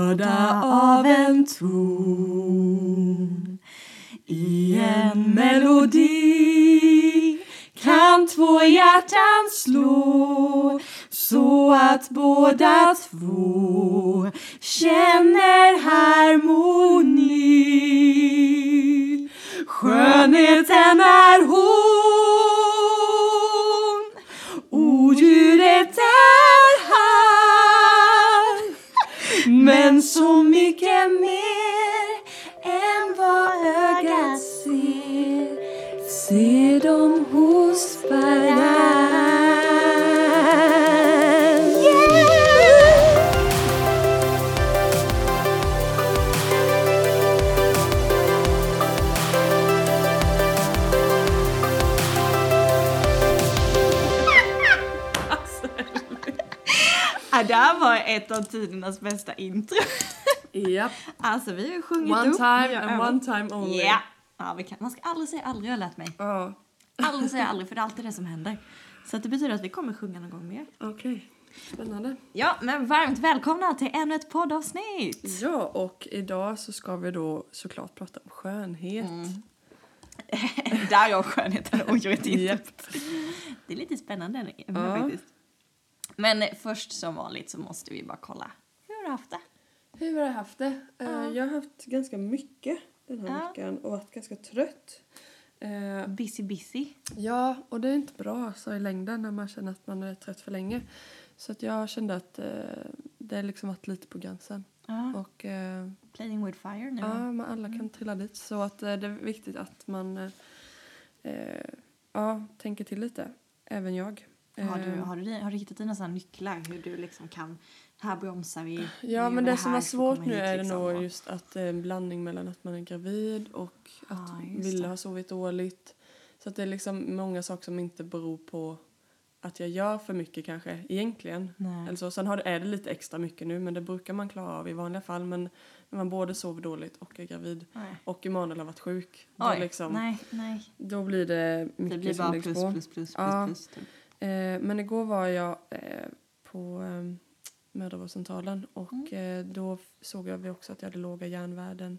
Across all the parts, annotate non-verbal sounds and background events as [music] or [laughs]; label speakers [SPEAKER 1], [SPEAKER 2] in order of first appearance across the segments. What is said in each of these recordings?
[SPEAKER 1] båda av en ton I en melodi kan två hjärtan slå så att båda två känner harmoni Skönheten är hon Odjuret är han Men så mycket mer än vad ögat ser Ser de hos varann
[SPEAKER 2] Ja, det här var ett av tidernas bästa intro. [laughs]
[SPEAKER 1] Japp,
[SPEAKER 2] Alltså vi har ju sjungit
[SPEAKER 1] one
[SPEAKER 2] upp.
[SPEAKER 1] time
[SPEAKER 2] Ja.
[SPEAKER 1] and one time only.
[SPEAKER 2] Ja. Ja, vi kan, man ska aldrig säga aldrig har jag lärt mig.
[SPEAKER 1] Ja,
[SPEAKER 2] Aldrig säga aldrig för det är alltid det som händer. Så att det betyder att vi kommer sjunga någon gång mer.
[SPEAKER 1] okej. Spännande.
[SPEAKER 2] Ja, men varmt välkomna till ännu ett
[SPEAKER 1] [laughs]
[SPEAKER 2] poddavsnitt.
[SPEAKER 1] Ja, och idag så ska vi då såklart prata om skönhet.
[SPEAKER 2] Där jag skönheten och odjuret inte.
[SPEAKER 1] Japp.
[SPEAKER 2] Det är lite spännande nu,
[SPEAKER 1] Ja.
[SPEAKER 2] faktiskt. Men eh, först som vanligt så måste vi bara kolla hur har du haft det.
[SPEAKER 1] Hur har jag haft det? Eh, Jag har haft ganska mycket den här
[SPEAKER 2] Ja.
[SPEAKER 1] veckan och varit ganska trött. Eh,
[SPEAKER 2] Busy busy.
[SPEAKER 1] Ja, och det är inte bra så i längden när man känner att man är trött för länge. Så att jag kände att eh, det har liksom varit lite på gränsen.
[SPEAKER 2] Ja, Mm.
[SPEAKER 1] Och eh,
[SPEAKER 2] playing with fire nu.
[SPEAKER 1] ja, men alla kan trilla dit. Så att eh, det är viktigt att man eh, eh, ja, tänker till lite. Även jag.
[SPEAKER 2] Har du,
[SPEAKER 1] Eh,
[SPEAKER 2] har, du, har du hittat dina sådana nycklar? Hur du liksom kan... Här bromsar vi. vi
[SPEAKER 1] Ja,
[SPEAKER 2] gör
[SPEAKER 1] men det, som
[SPEAKER 2] här
[SPEAKER 1] var
[SPEAKER 2] för att
[SPEAKER 1] svårt
[SPEAKER 2] komma
[SPEAKER 1] nu
[SPEAKER 2] hit,
[SPEAKER 1] är
[SPEAKER 2] liksom.
[SPEAKER 1] det nog
[SPEAKER 2] Och-
[SPEAKER 1] just att det är en blandning mellan att man är gravid och att
[SPEAKER 2] Ja, just
[SPEAKER 1] Ville
[SPEAKER 2] det.
[SPEAKER 1] har sovit dåligt. Så att det är liksom många saker som inte beror på att jag gör för mycket kanske egentligen.
[SPEAKER 2] Nej.
[SPEAKER 1] Eller så. Sen har det, är det lite extra mycket nu men det brukar man klara av i vanliga fall. Men när man både sover dåligt och är gravid
[SPEAKER 2] Nej.
[SPEAKER 1] och Emanuel har varit sjuk. Då,
[SPEAKER 2] Oj,
[SPEAKER 1] liksom,
[SPEAKER 2] nej, nej.
[SPEAKER 1] då blir det mycket
[SPEAKER 2] Det blir
[SPEAKER 1] som
[SPEAKER 2] bara
[SPEAKER 1] läggs
[SPEAKER 2] plus,
[SPEAKER 1] på.
[SPEAKER 2] plus, plus, plus,
[SPEAKER 1] Ja.
[SPEAKER 2] plus. typ.
[SPEAKER 1] Eh, men igår var jag eh, på eh, mödravårdscentralen och
[SPEAKER 2] Mm.
[SPEAKER 1] eh, då f- såg jag vi också att jag hade låga järnvärden.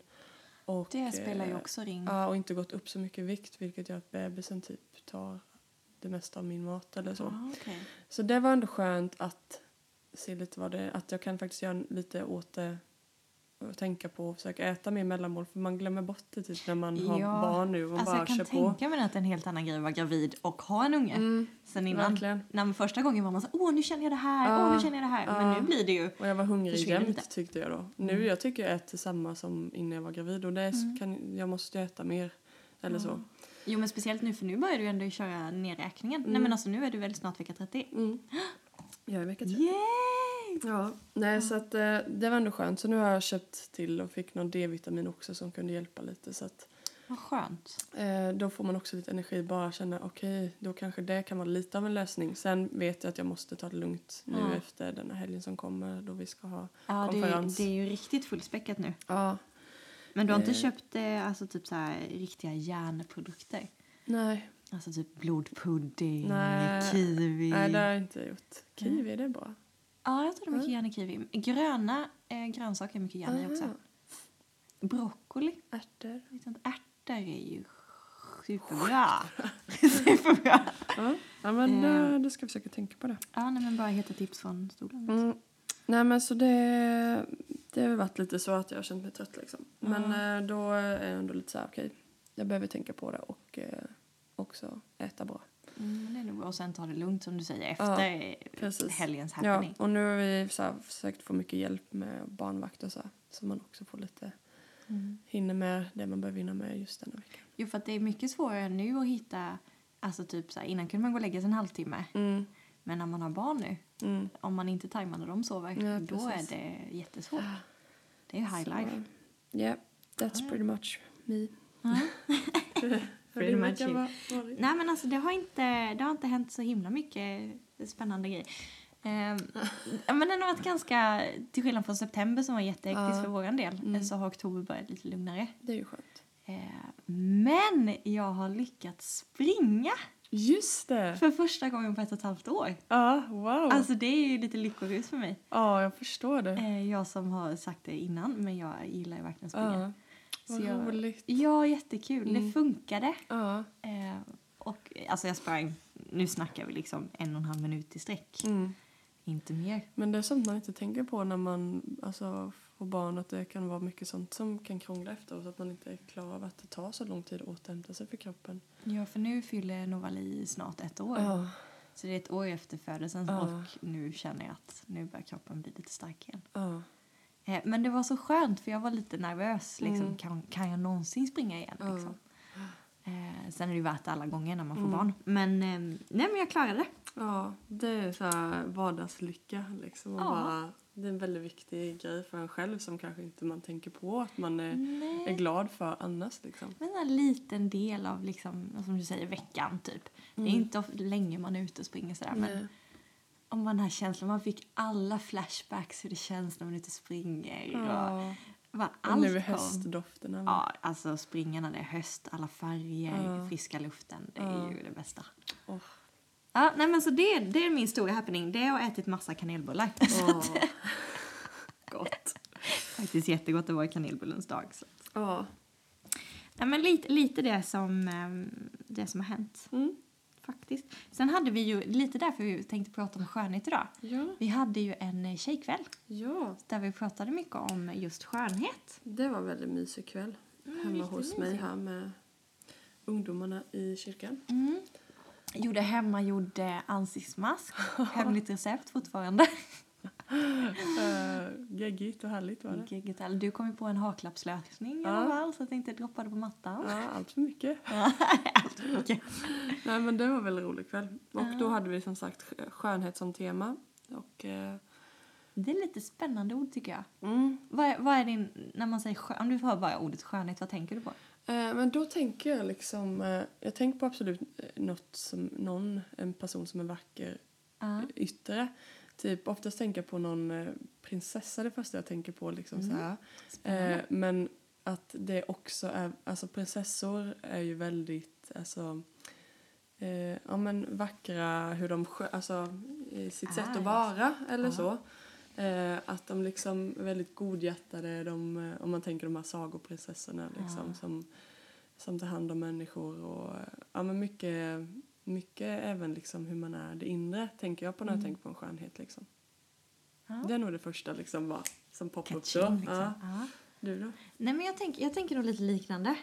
[SPEAKER 1] Och,
[SPEAKER 2] Det spelar ju
[SPEAKER 1] eh,
[SPEAKER 2] också ring.
[SPEAKER 1] Ja, och inte gått upp så mycket i vikt vilket gör att bebisen typ tar det mesta av min mat eller så.
[SPEAKER 2] Ah, okej.
[SPEAKER 1] Så det var ändå skönt att se lite vad det att jag kan faktiskt göra lite åt det och tänka på och försöka äta mer mellanmål för man glömmer bort det typ när man har
[SPEAKER 2] Ja,
[SPEAKER 1] barn nu och man
[SPEAKER 2] Alltså
[SPEAKER 1] bara
[SPEAKER 2] jag
[SPEAKER 1] kör
[SPEAKER 2] kan
[SPEAKER 1] på.
[SPEAKER 2] tänka mig att det är en helt annan grej att vara gravid och ha en unge.
[SPEAKER 1] Mm,
[SPEAKER 2] Sen innan,
[SPEAKER 1] verkligen.
[SPEAKER 2] när man första gången var man så åh nu känner jag det här, åh
[SPEAKER 1] Ja,
[SPEAKER 2] nu känner jag det här.
[SPEAKER 1] ja.
[SPEAKER 2] Men nu blir det ju,
[SPEAKER 1] Och jag var hungrig
[SPEAKER 2] Försvinner
[SPEAKER 1] jämt
[SPEAKER 2] lite. Mm.
[SPEAKER 1] tyckte jag då. Nu jag tycker jag äter samma som innan jag var gravid och det är- kan, jag måste ju äta mer. Eller så.
[SPEAKER 2] jo men speciellt nu för nu börjar du ändå köra nedräkningen. Nej men alltså nu är du väl snart vecka 30. [gasps]
[SPEAKER 1] Mm. Jag är Mm. vecka tre.
[SPEAKER 2] Yay!
[SPEAKER 1] Ja, nej så att eh, det var ändå skönt. Så nu har jag köpt till och fick någon D-vitamin också som kunde hjälpa lite. Så att
[SPEAKER 2] Vad skönt.
[SPEAKER 1] eh, då får man också lite energi bara känna okej då kanske det kan vara lite av en lösning. Sen vet jag att jag måste ta det lugnt nu
[SPEAKER 2] Ja.
[SPEAKER 1] efter denna helgen som kommer då vi ska ha
[SPEAKER 2] Ja det,
[SPEAKER 1] konferens.
[SPEAKER 2] är- det är ju riktigt fullspäckat nu.
[SPEAKER 1] Ja,
[SPEAKER 2] Men du har inte
[SPEAKER 1] Eh.
[SPEAKER 2] köpt eh, alltså, typ så här, riktiga järnprodukter?
[SPEAKER 1] nej.
[SPEAKER 2] Alltså typ blodpudding,
[SPEAKER 1] Nej. Nej
[SPEAKER 2] kiwi.
[SPEAKER 1] det Mm. har jag inte gjort. Kiwi, det är bra.
[SPEAKER 2] Ja, jag tror det är mycket järn i kiwi. Gröna eh, grönsaker är mycket järn i också.
[SPEAKER 1] Aha. Ah.
[SPEAKER 2] Broccoli,
[SPEAKER 1] Ärtor.
[SPEAKER 2] vet inte, ärtor är ju superbra. [laughs] superbra.
[SPEAKER 1] Ja, ja men
[SPEAKER 2] Eh.
[SPEAKER 1] eh, då ska jag försöka tänka på det.
[SPEAKER 2] Ja, nej, men bara heta tips från stolen.
[SPEAKER 1] Mm. Nej men så det, det har ju varit lite så att jag har känt mig trött liksom. Men eh, då är jag ändå lite så här okej, jag behöver tänka på det och eh, också äta bra.
[SPEAKER 2] Mm, men det är nog bra. Och sen ta det lugnt som du säger efter eh,
[SPEAKER 1] Precis.
[SPEAKER 2] helgens
[SPEAKER 1] Ja,
[SPEAKER 2] happening.
[SPEAKER 1] och nu har vi så här, försökt få mycket hjälp med barnvakt och så här, så man också får lite
[SPEAKER 2] Mm.
[SPEAKER 1] hinner med det man behöver hinna med just denna veckan.
[SPEAKER 2] Jo, för att det är mycket svårare nu att hitta, alltså typ så här, innan kunde man gå och lägga sig en halvtimme.
[SPEAKER 1] Mm,
[SPEAKER 2] Men när man har barn nu,
[SPEAKER 1] mm.
[SPEAKER 2] om man inte tajmar när de sover,
[SPEAKER 1] Ja,
[SPEAKER 2] då är
[SPEAKER 1] precis.
[SPEAKER 2] det jättesvårt. Det är ju high
[SPEAKER 1] Så,
[SPEAKER 2] life.
[SPEAKER 1] Yeah, that's
[SPEAKER 2] Ja, ja.
[SPEAKER 1] pretty much me.
[SPEAKER 2] Ja.
[SPEAKER 1] Hur din
[SPEAKER 2] much
[SPEAKER 1] vecka
[SPEAKER 2] you.
[SPEAKER 1] var- varit?
[SPEAKER 2] Nej men alltså det har inte, det har inte hänt så himla mycket spännande grejer. Ehm, ja, men den har varit ganska, till skillnad från september som var jättehektisk
[SPEAKER 1] Ja.
[SPEAKER 2] för våran del,
[SPEAKER 1] Mm.
[SPEAKER 2] så har oktober börjat lite lugnare.
[SPEAKER 1] Det är ju skönt.
[SPEAKER 2] Ehm, men jag har lyckats springa!
[SPEAKER 1] Just det!
[SPEAKER 2] För första gången på ett och ett halvt år.
[SPEAKER 1] Ja, wow.
[SPEAKER 2] Alltså det är ju lite lyckorus för mig.
[SPEAKER 1] ja, jag förstår det.
[SPEAKER 2] Eh, Jag som har sagt det innan, men jag gillar ju verkligen att springa.
[SPEAKER 1] Ja. Vad
[SPEAKER 2] Så jag-
[SPEAKER 1] roligt.
[SPEAKER 2] Ja, jättekul.
[SPEAKER 1] Mm.
[SPEAKER 2] Det funkade.
[SPEAKER 1] Ja.
[SPEAKER 2] Eh, Och alltså jag sprang, nu snackar vi liksom en och en halv minut i sträck.
[SPEAKER 1] Mm.
[SPEAKER 2] Inte mer.
[SPEAKER 1] Men det är sånt man inte tänker på när man alltså, får barn att det kan vara mycket sånt som kan krångla efteråt. Att man inte klarar av att det tar så lång tid att återhämta sig för kroppen.
[SPEAKER 2] Ja, för nu fyller Novali snart ett år.
[SPEAKER 1] Ja,
[SPEAKER 2] Så det är ett år efter födelsen
[SPEAKER 1] Ja.
[SPEAKER 2] och nu känner jag att nu börjar kroppen bli lite stark igen.
[SPEAKER 1] ja,
[SPEAKER 2] Eh, Men det var så skönt för jag var lite nervös. Liksom,
[SPEAKER 1] Mm.
[SPEAKER 2] kan, kan jag någonsin springa igen?
[SPEAKER 1] Ja.
[SPEAKER 2] Liksom. Eh, sen är det ju värt alla gånger när man får
[SPEAKER 1] Mm.
[SPEAKER 2] barn. Men, eh, nej, men jag klarade det.
[SPEAKER 1] ja. Det är så här vardagslycka liksom. Och
[SPEAKER 2] Ja.
[SPEAKER 1] bara, det är en väldigt viktig grej för en själv som kanske inte man tänker på att man är, är
[SPEAKER 2] Nej.
[SPEAKER 1] glad för annars liksom.
[SPEAKER 2] Men en liten del av, liksom, som du säger, veckan typ. Det är inte of- länge man är ute och springer sådär. Men
[SPEAKER 1] Mm. Nej.
[SPEAKER 2] om man har känslan, man fick alla flashbacks hur det känns när man är ute och springer. Och,
[SPEAKER 1] Ja.
[SPEAKER 2] bara
[SPEAKER 1] Och
[SPEAKER 2] allt
[SPEAKER 1] nu är
[SPEAKER 2] kom.
[SPEAKER 1] höstdofterna. med.
[SPEAKER 2] Ja, alltså springa när det är höst, alla färger,
[SPEAKER 1] Ja.
[SPEAKER 2] friska luften. Det är
[SPEAKER 1] Ja.
[SPEAKER 2] ju det bästa.
[SPEAKER 1] Åh.
[SPEAKER 2] Ja, nej men så det, det är min stora happening. Det är att ha ätit massa kanelbullar.
[SPEAKER 1] [laughs]
[SPEAKER 2] [laughs]
[SPEAKER 1] Åh. Gott.
[SPEAKER 2] Faktiskt jättegott att vara i kanelbullens dag. Så.
[SPEAKER 1] Ja.
[SPEAKER 2] Nej men lite, lite det, som, ehm, det som har hänt.
[SPEAKER 1] Mm.
[SPEAKER 2] Faktiskt. Sen hade vi ju, lite därför vi tänkte prata om skönhet idag.
[SPEAKER 1] Ja.
[SPEAKER 2] Vi hade ju en eh, tjejkväll
[SPEAKER 1] Ja.
[SPEAKER 2] där vi pratade mycket om just skönhet.
[SPEAKER 1] Det var en väldigt mysig kväll hemma
[SPEAKER 2] riktigt
[SPEAKER 1] hos mig här med ungdomarna i kyrkan.
[SPEAKER 2] Mm. Gjorde hemmagjord eh,
[SPEAKER 1] [laughs]
[SPEAKER 2] ansiktsmask. Hemligt recept fortfarande.
[SPEAKER 1] Uh, geggigt och härligt var det.
[SPEAKER 2] Gigget, eller Du kom ju på en haklappslösning i
[SPEAKER 1] Ja.
[SPEAKER 2] alla fall så att det inte droppade på mattan.
[SPEAKER 1] Ja, allt för mycket. Nej men det var en väldigt rolig kväll. Och
[SPEAKER 2] Ja.
[SPEAKER 1] då hade vi som sagt sk- skönhet som tema. Och eh,
[SPEAKER 2] Det är lite spännande ord tycker jag.
[SPEAKER 1] mm.
[SPEAKER 2] Vad är, vad är din, när man säger skön, om du hör bara ordet skönhet, vad tänker du på?
[SPEAKER 1] Eh, Men då tänker jag liksom, eh, jag tänker på absolut eh, något som, någon, en person som är vacker Eh,
[SPEAKER 2] Ja.
[SPEAKER 1] yttre. Typ oftast tänker jag på någon eh, prinsessa det första jag tänker på liksom
[SPEAKER 2] Mm.
[SPEAKER 1] så här.
[SPEAKER 2] Spännande.
[SPEAKER 1] Eh, men att det också är, alltså prinsessor är ju väldigt, alltså, eh, ja men vackra hur de, skö- alltså i sitt
[SPEAKER 2] Ah,
[SPEAKER 1] sätt
[SPEAKER 2] ja.
[SPEAKER 1] att vara eller
[SPEAKER 2] Ja.
[SPEAKER 1] så. Eh, att de liksom är väldigt godhjärtade, de, eh, om man tänker de här sagoprinsessorna liksom
[SPEAKER 2] Ja.
[SPEAKER 1] som, som tar hand om människor och eh, ja men mycket, mycket även liksom hur man är det inre tänker jag på när jag
[SPEAKER 2] Mm.
[SPEAKER 1] tänker på en skönhet liksom.
[SPEAKER 2] Ja.
[SPEAKER 1] Det är nog det första liksom bara, som poppar upp då.
[SPEAKER 2] Catching, liksom.
[SPEAKER 1] Ja.
[SPEAKER 2] Ja.
[SPEAKER 1] Du då?
[SPEAKER 2] Nej men jag tänker, jag tänker nog lite liknande.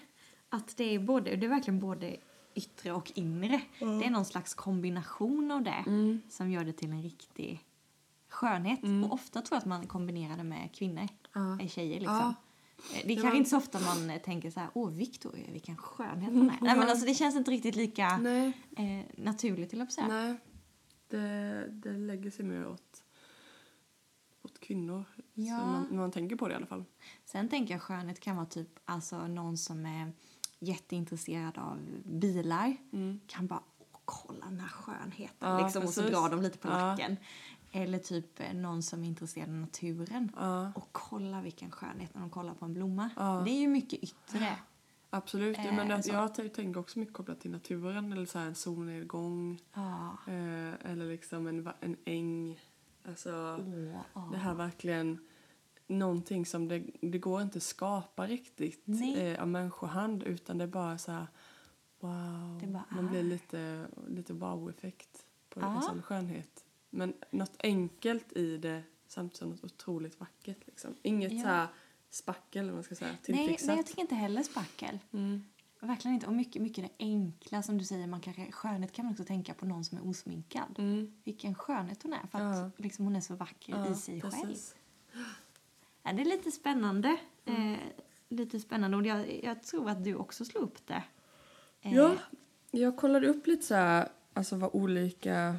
[SPEAKER 2] Att det är både, det är verkligen både yttre och inre. Det är någon slags kombination av det
[SPEAKER 1] Mm.
[SPEAKER 2] som gör det till en riktig skönhet.
[SPEAKER 1] Mm.
[SPEAKER 2] Och ofta tror jag att man kombinerar det med kvinnor,
[SPEAKER 1] Ja.
[SPEAKER 2] eh, tjejer liksom. Eh, Det är
[SPEAKER 1] Ja.
[SPEAKER 2] kanske inte så ofta man eh, tänker så här, åh Victoria vilken skönhet
[SPEAKER 1] [laughs]
[SPEAKER 2] hon är. Nej men
[SPEAKER 1] Ja.
[SPEAKER 2] alltså det känns inte riktigt lika
[SPEAKER 1] Nej,
[SPEAKER 2] eh, naturligt till att säga.
[SPEAKER 1] nej. Det, det lägger sig mer åt, åt kvinnor.
[SPEAKER 2] Ja.
[SPEAKER 1] Så man, man tänker på det i alla fall.
[SPEAKER 2] Sen tänker jag skönhet kan vara typ alltså någon som är jätteintresserad av bilar.
[SPEAKER 1] Mm.
[SPEAKER 2] Kan bara "Åh, kolla den här skönheten
[SPEAKER 1] Ja,
[SPEAKER 2] liksom, och så
[SPEAKER 1] precis.
[SPEAKER 2] drar de lite på
[SPEAKER 1] Ja.
[SPEAKER 2] nacken. Eller typ eh, någon som är intresserad av naturen.
[SPEAKER 1] Ja,
[SPEAKER 2] Och kolla vilken skönhet när de kollar på en blomma.
[SPEAKER 1] Ja.
[SPEAKER 2] Det är ju mycket yttre.
[SPEAKER 1] absolut.
[SPEAKER 2] Eh,
[SPEAKER 1] Men det,
[SPEAKER 2] så.
[SPEAKER 1] jag t- tänker också mycket kopplat till naturen eller så här en solnedgång
[SPEAKER 2] Ja.
[SPEAKER 1] eh, eller liksom en, va- en äng. Alltså,
[SPEAKER 2] Åh, ja.
[SPEAKER 1] det här verkligen någonting som det, det går inte att skapa riktigt
[SPEAKER 2] Nej.
[SPEAKER 1] eh, av människohand utan det är bara så här wow.
[SPEAKER 2] Det bara
[SPEAKER 1] Man
[SPEAKER 2] är.
[SPEAKER 1] blir lite, lite wow-effekt på
[SPEAKER 2] Ja.
[SPEAKER 1] en sån skönhet. Men något enkelt i det samtidigt som något otroligt vackert. Liksom. Inget
[SPEAKER 2] Ja.
[SPEAKER 1] så här spackel eller vad man ska säga,
[SPEAKER 2] nej,
[SPEAKER 1] tillfixat.
[SPEAKER 2] nej, jag tycker inte heller spackel.
[SPEAKER 1] Typ mm.
[SPEAKER 2] Verkligen inte. Och mycket, mycket det enkla som du säger. Man kanske, skönhet kan man också tänka på någon som är osminkad.
[SPEAKER 1] Mm.
[SPEAKER 2] Vilken skönhet hon är. För att
[SPEAKER 1] Ja.
[SPEAKER 2] liksom, hon är så vacker
[SPEAKER 1] Ja,
[SPEAKER 2] i sig själv.
[SPEAKER 1] precis.
[SPEAKER 2] Ja, det är lite spännande. Eh, lite spännande. Och jag, jag tror att du också slog upp det. Eh,
[SPEAKER 1] Ja, jag kollade upp lite så här, alltså vad olika...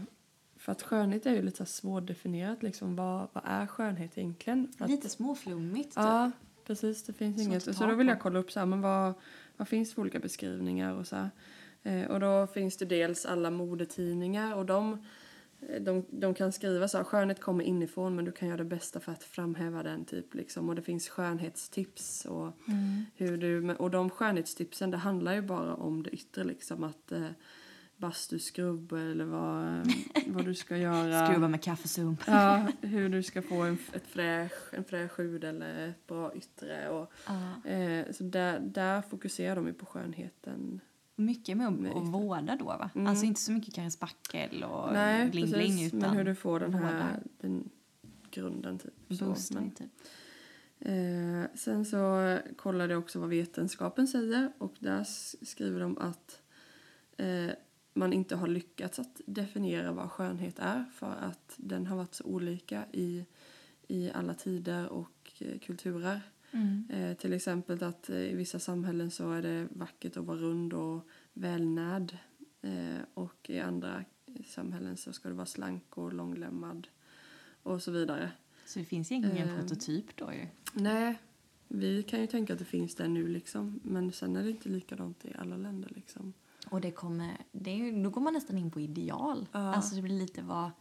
[SPEAKER 1] För att skönhet är ju lite så här svårdefinierat liksom. Vad, vad är skönhet egentligen? För att,
[SPEAKER 2] Lite småflummigt. typ.
[SPEAKER 1] Ja, precis. Det finns
[SPEAKER 2] Svårt
[SPEAKER 1] inget.
[SPEAKER 2] att
[SPEAKER 1] Så
[SPEAKER 2] ta
[SPEAKER 1] då vill
[SPEAKER 2] på.
[SPEAKER 1] jag kolla upp så här, men vad, vad finns för olika beskrivningar och så här. Eh, och då finns det dels alla modetidningar och de, eh, de, de kan skriva så här, skönhet kommer inifrån men du kan göra det bästa för att framhäva den typ liksom. Och det finns skönhetstips och
[SPEAKER 2] Mm.
[SPEAKER 1] hur du, och de skönhetstipsen det handlar ju bara om det yttre liksom att eh, bastuskrubb eller vad, vad du
[SPEAKER 2] [laughs]
[SPEAKER 1] ska göra.
[SPEAKER 2] Skruva med kaffesump.
[SPEAKER 1] Ja, [laughs] hur du ska få en, f- ett fräsch, en fräsch hud eller ett bra yttre. Och,
[SPEAKER 2] Ja.
[SPEAKER 1] eh, så där, där fokuserar de ju på skönheten.
[SPEAKER 2] Mycket med
[SPEAKER 1] Med
[SPEAKER 2] att att
[SPEAKER 1] ytan.
[SPEAKER 2] vårda då va?
[SPEAKER 1] Mm.
[SPEAKER 2] Alltså inte så mycket kanske spackel och
[SPEAKER 1] Nej,
[SPEAKER 2] bling
[SPEAKER 1] precis.
[SPEAKER 2] bling utan
[SPEAKER 1] men hur du får den här
[SPEAKER 2] vårdar.
[SPEAKER 1] den grunden. Typ, så.
[SPEAKER 2] boostar
[SPEAKER 1] Men,
[SPEAKER 2] typ.
[SPEAKER 1] eh, sen så kollade jag också vad vetenskapen säger och där s- skriver de att eh, man inte har lyckats att definiera vad skönhet är för att den har varit så olika i, i alla tider och eh, kulturer.
[SPEAKER 2] Mm.
[SPEAKER 1] Eh, till exempel att eh, i vissa samhällen så är det vackert att vara rund och välnärd. Eh, och i andra eh, samhällen så ska du vara slank och långlemmad och så vidare.
[SPEAKER 2] Så det finns egentligen ingen
[SPEAKER 1] Eh.
[SPEAKER 2] prototyp då ju.
[SPEAKER 1] Nej, vi kan ju tänka att det finns det nu liksom. Men sen är det inte likadant i alla länder liksom.
[SPEAKER 2] Och det kommer, det är ju, då går man nästan in på ideal.
[SPEAKER 1] Ja.
[SPEAKER 2] Alltså det blir lite vad,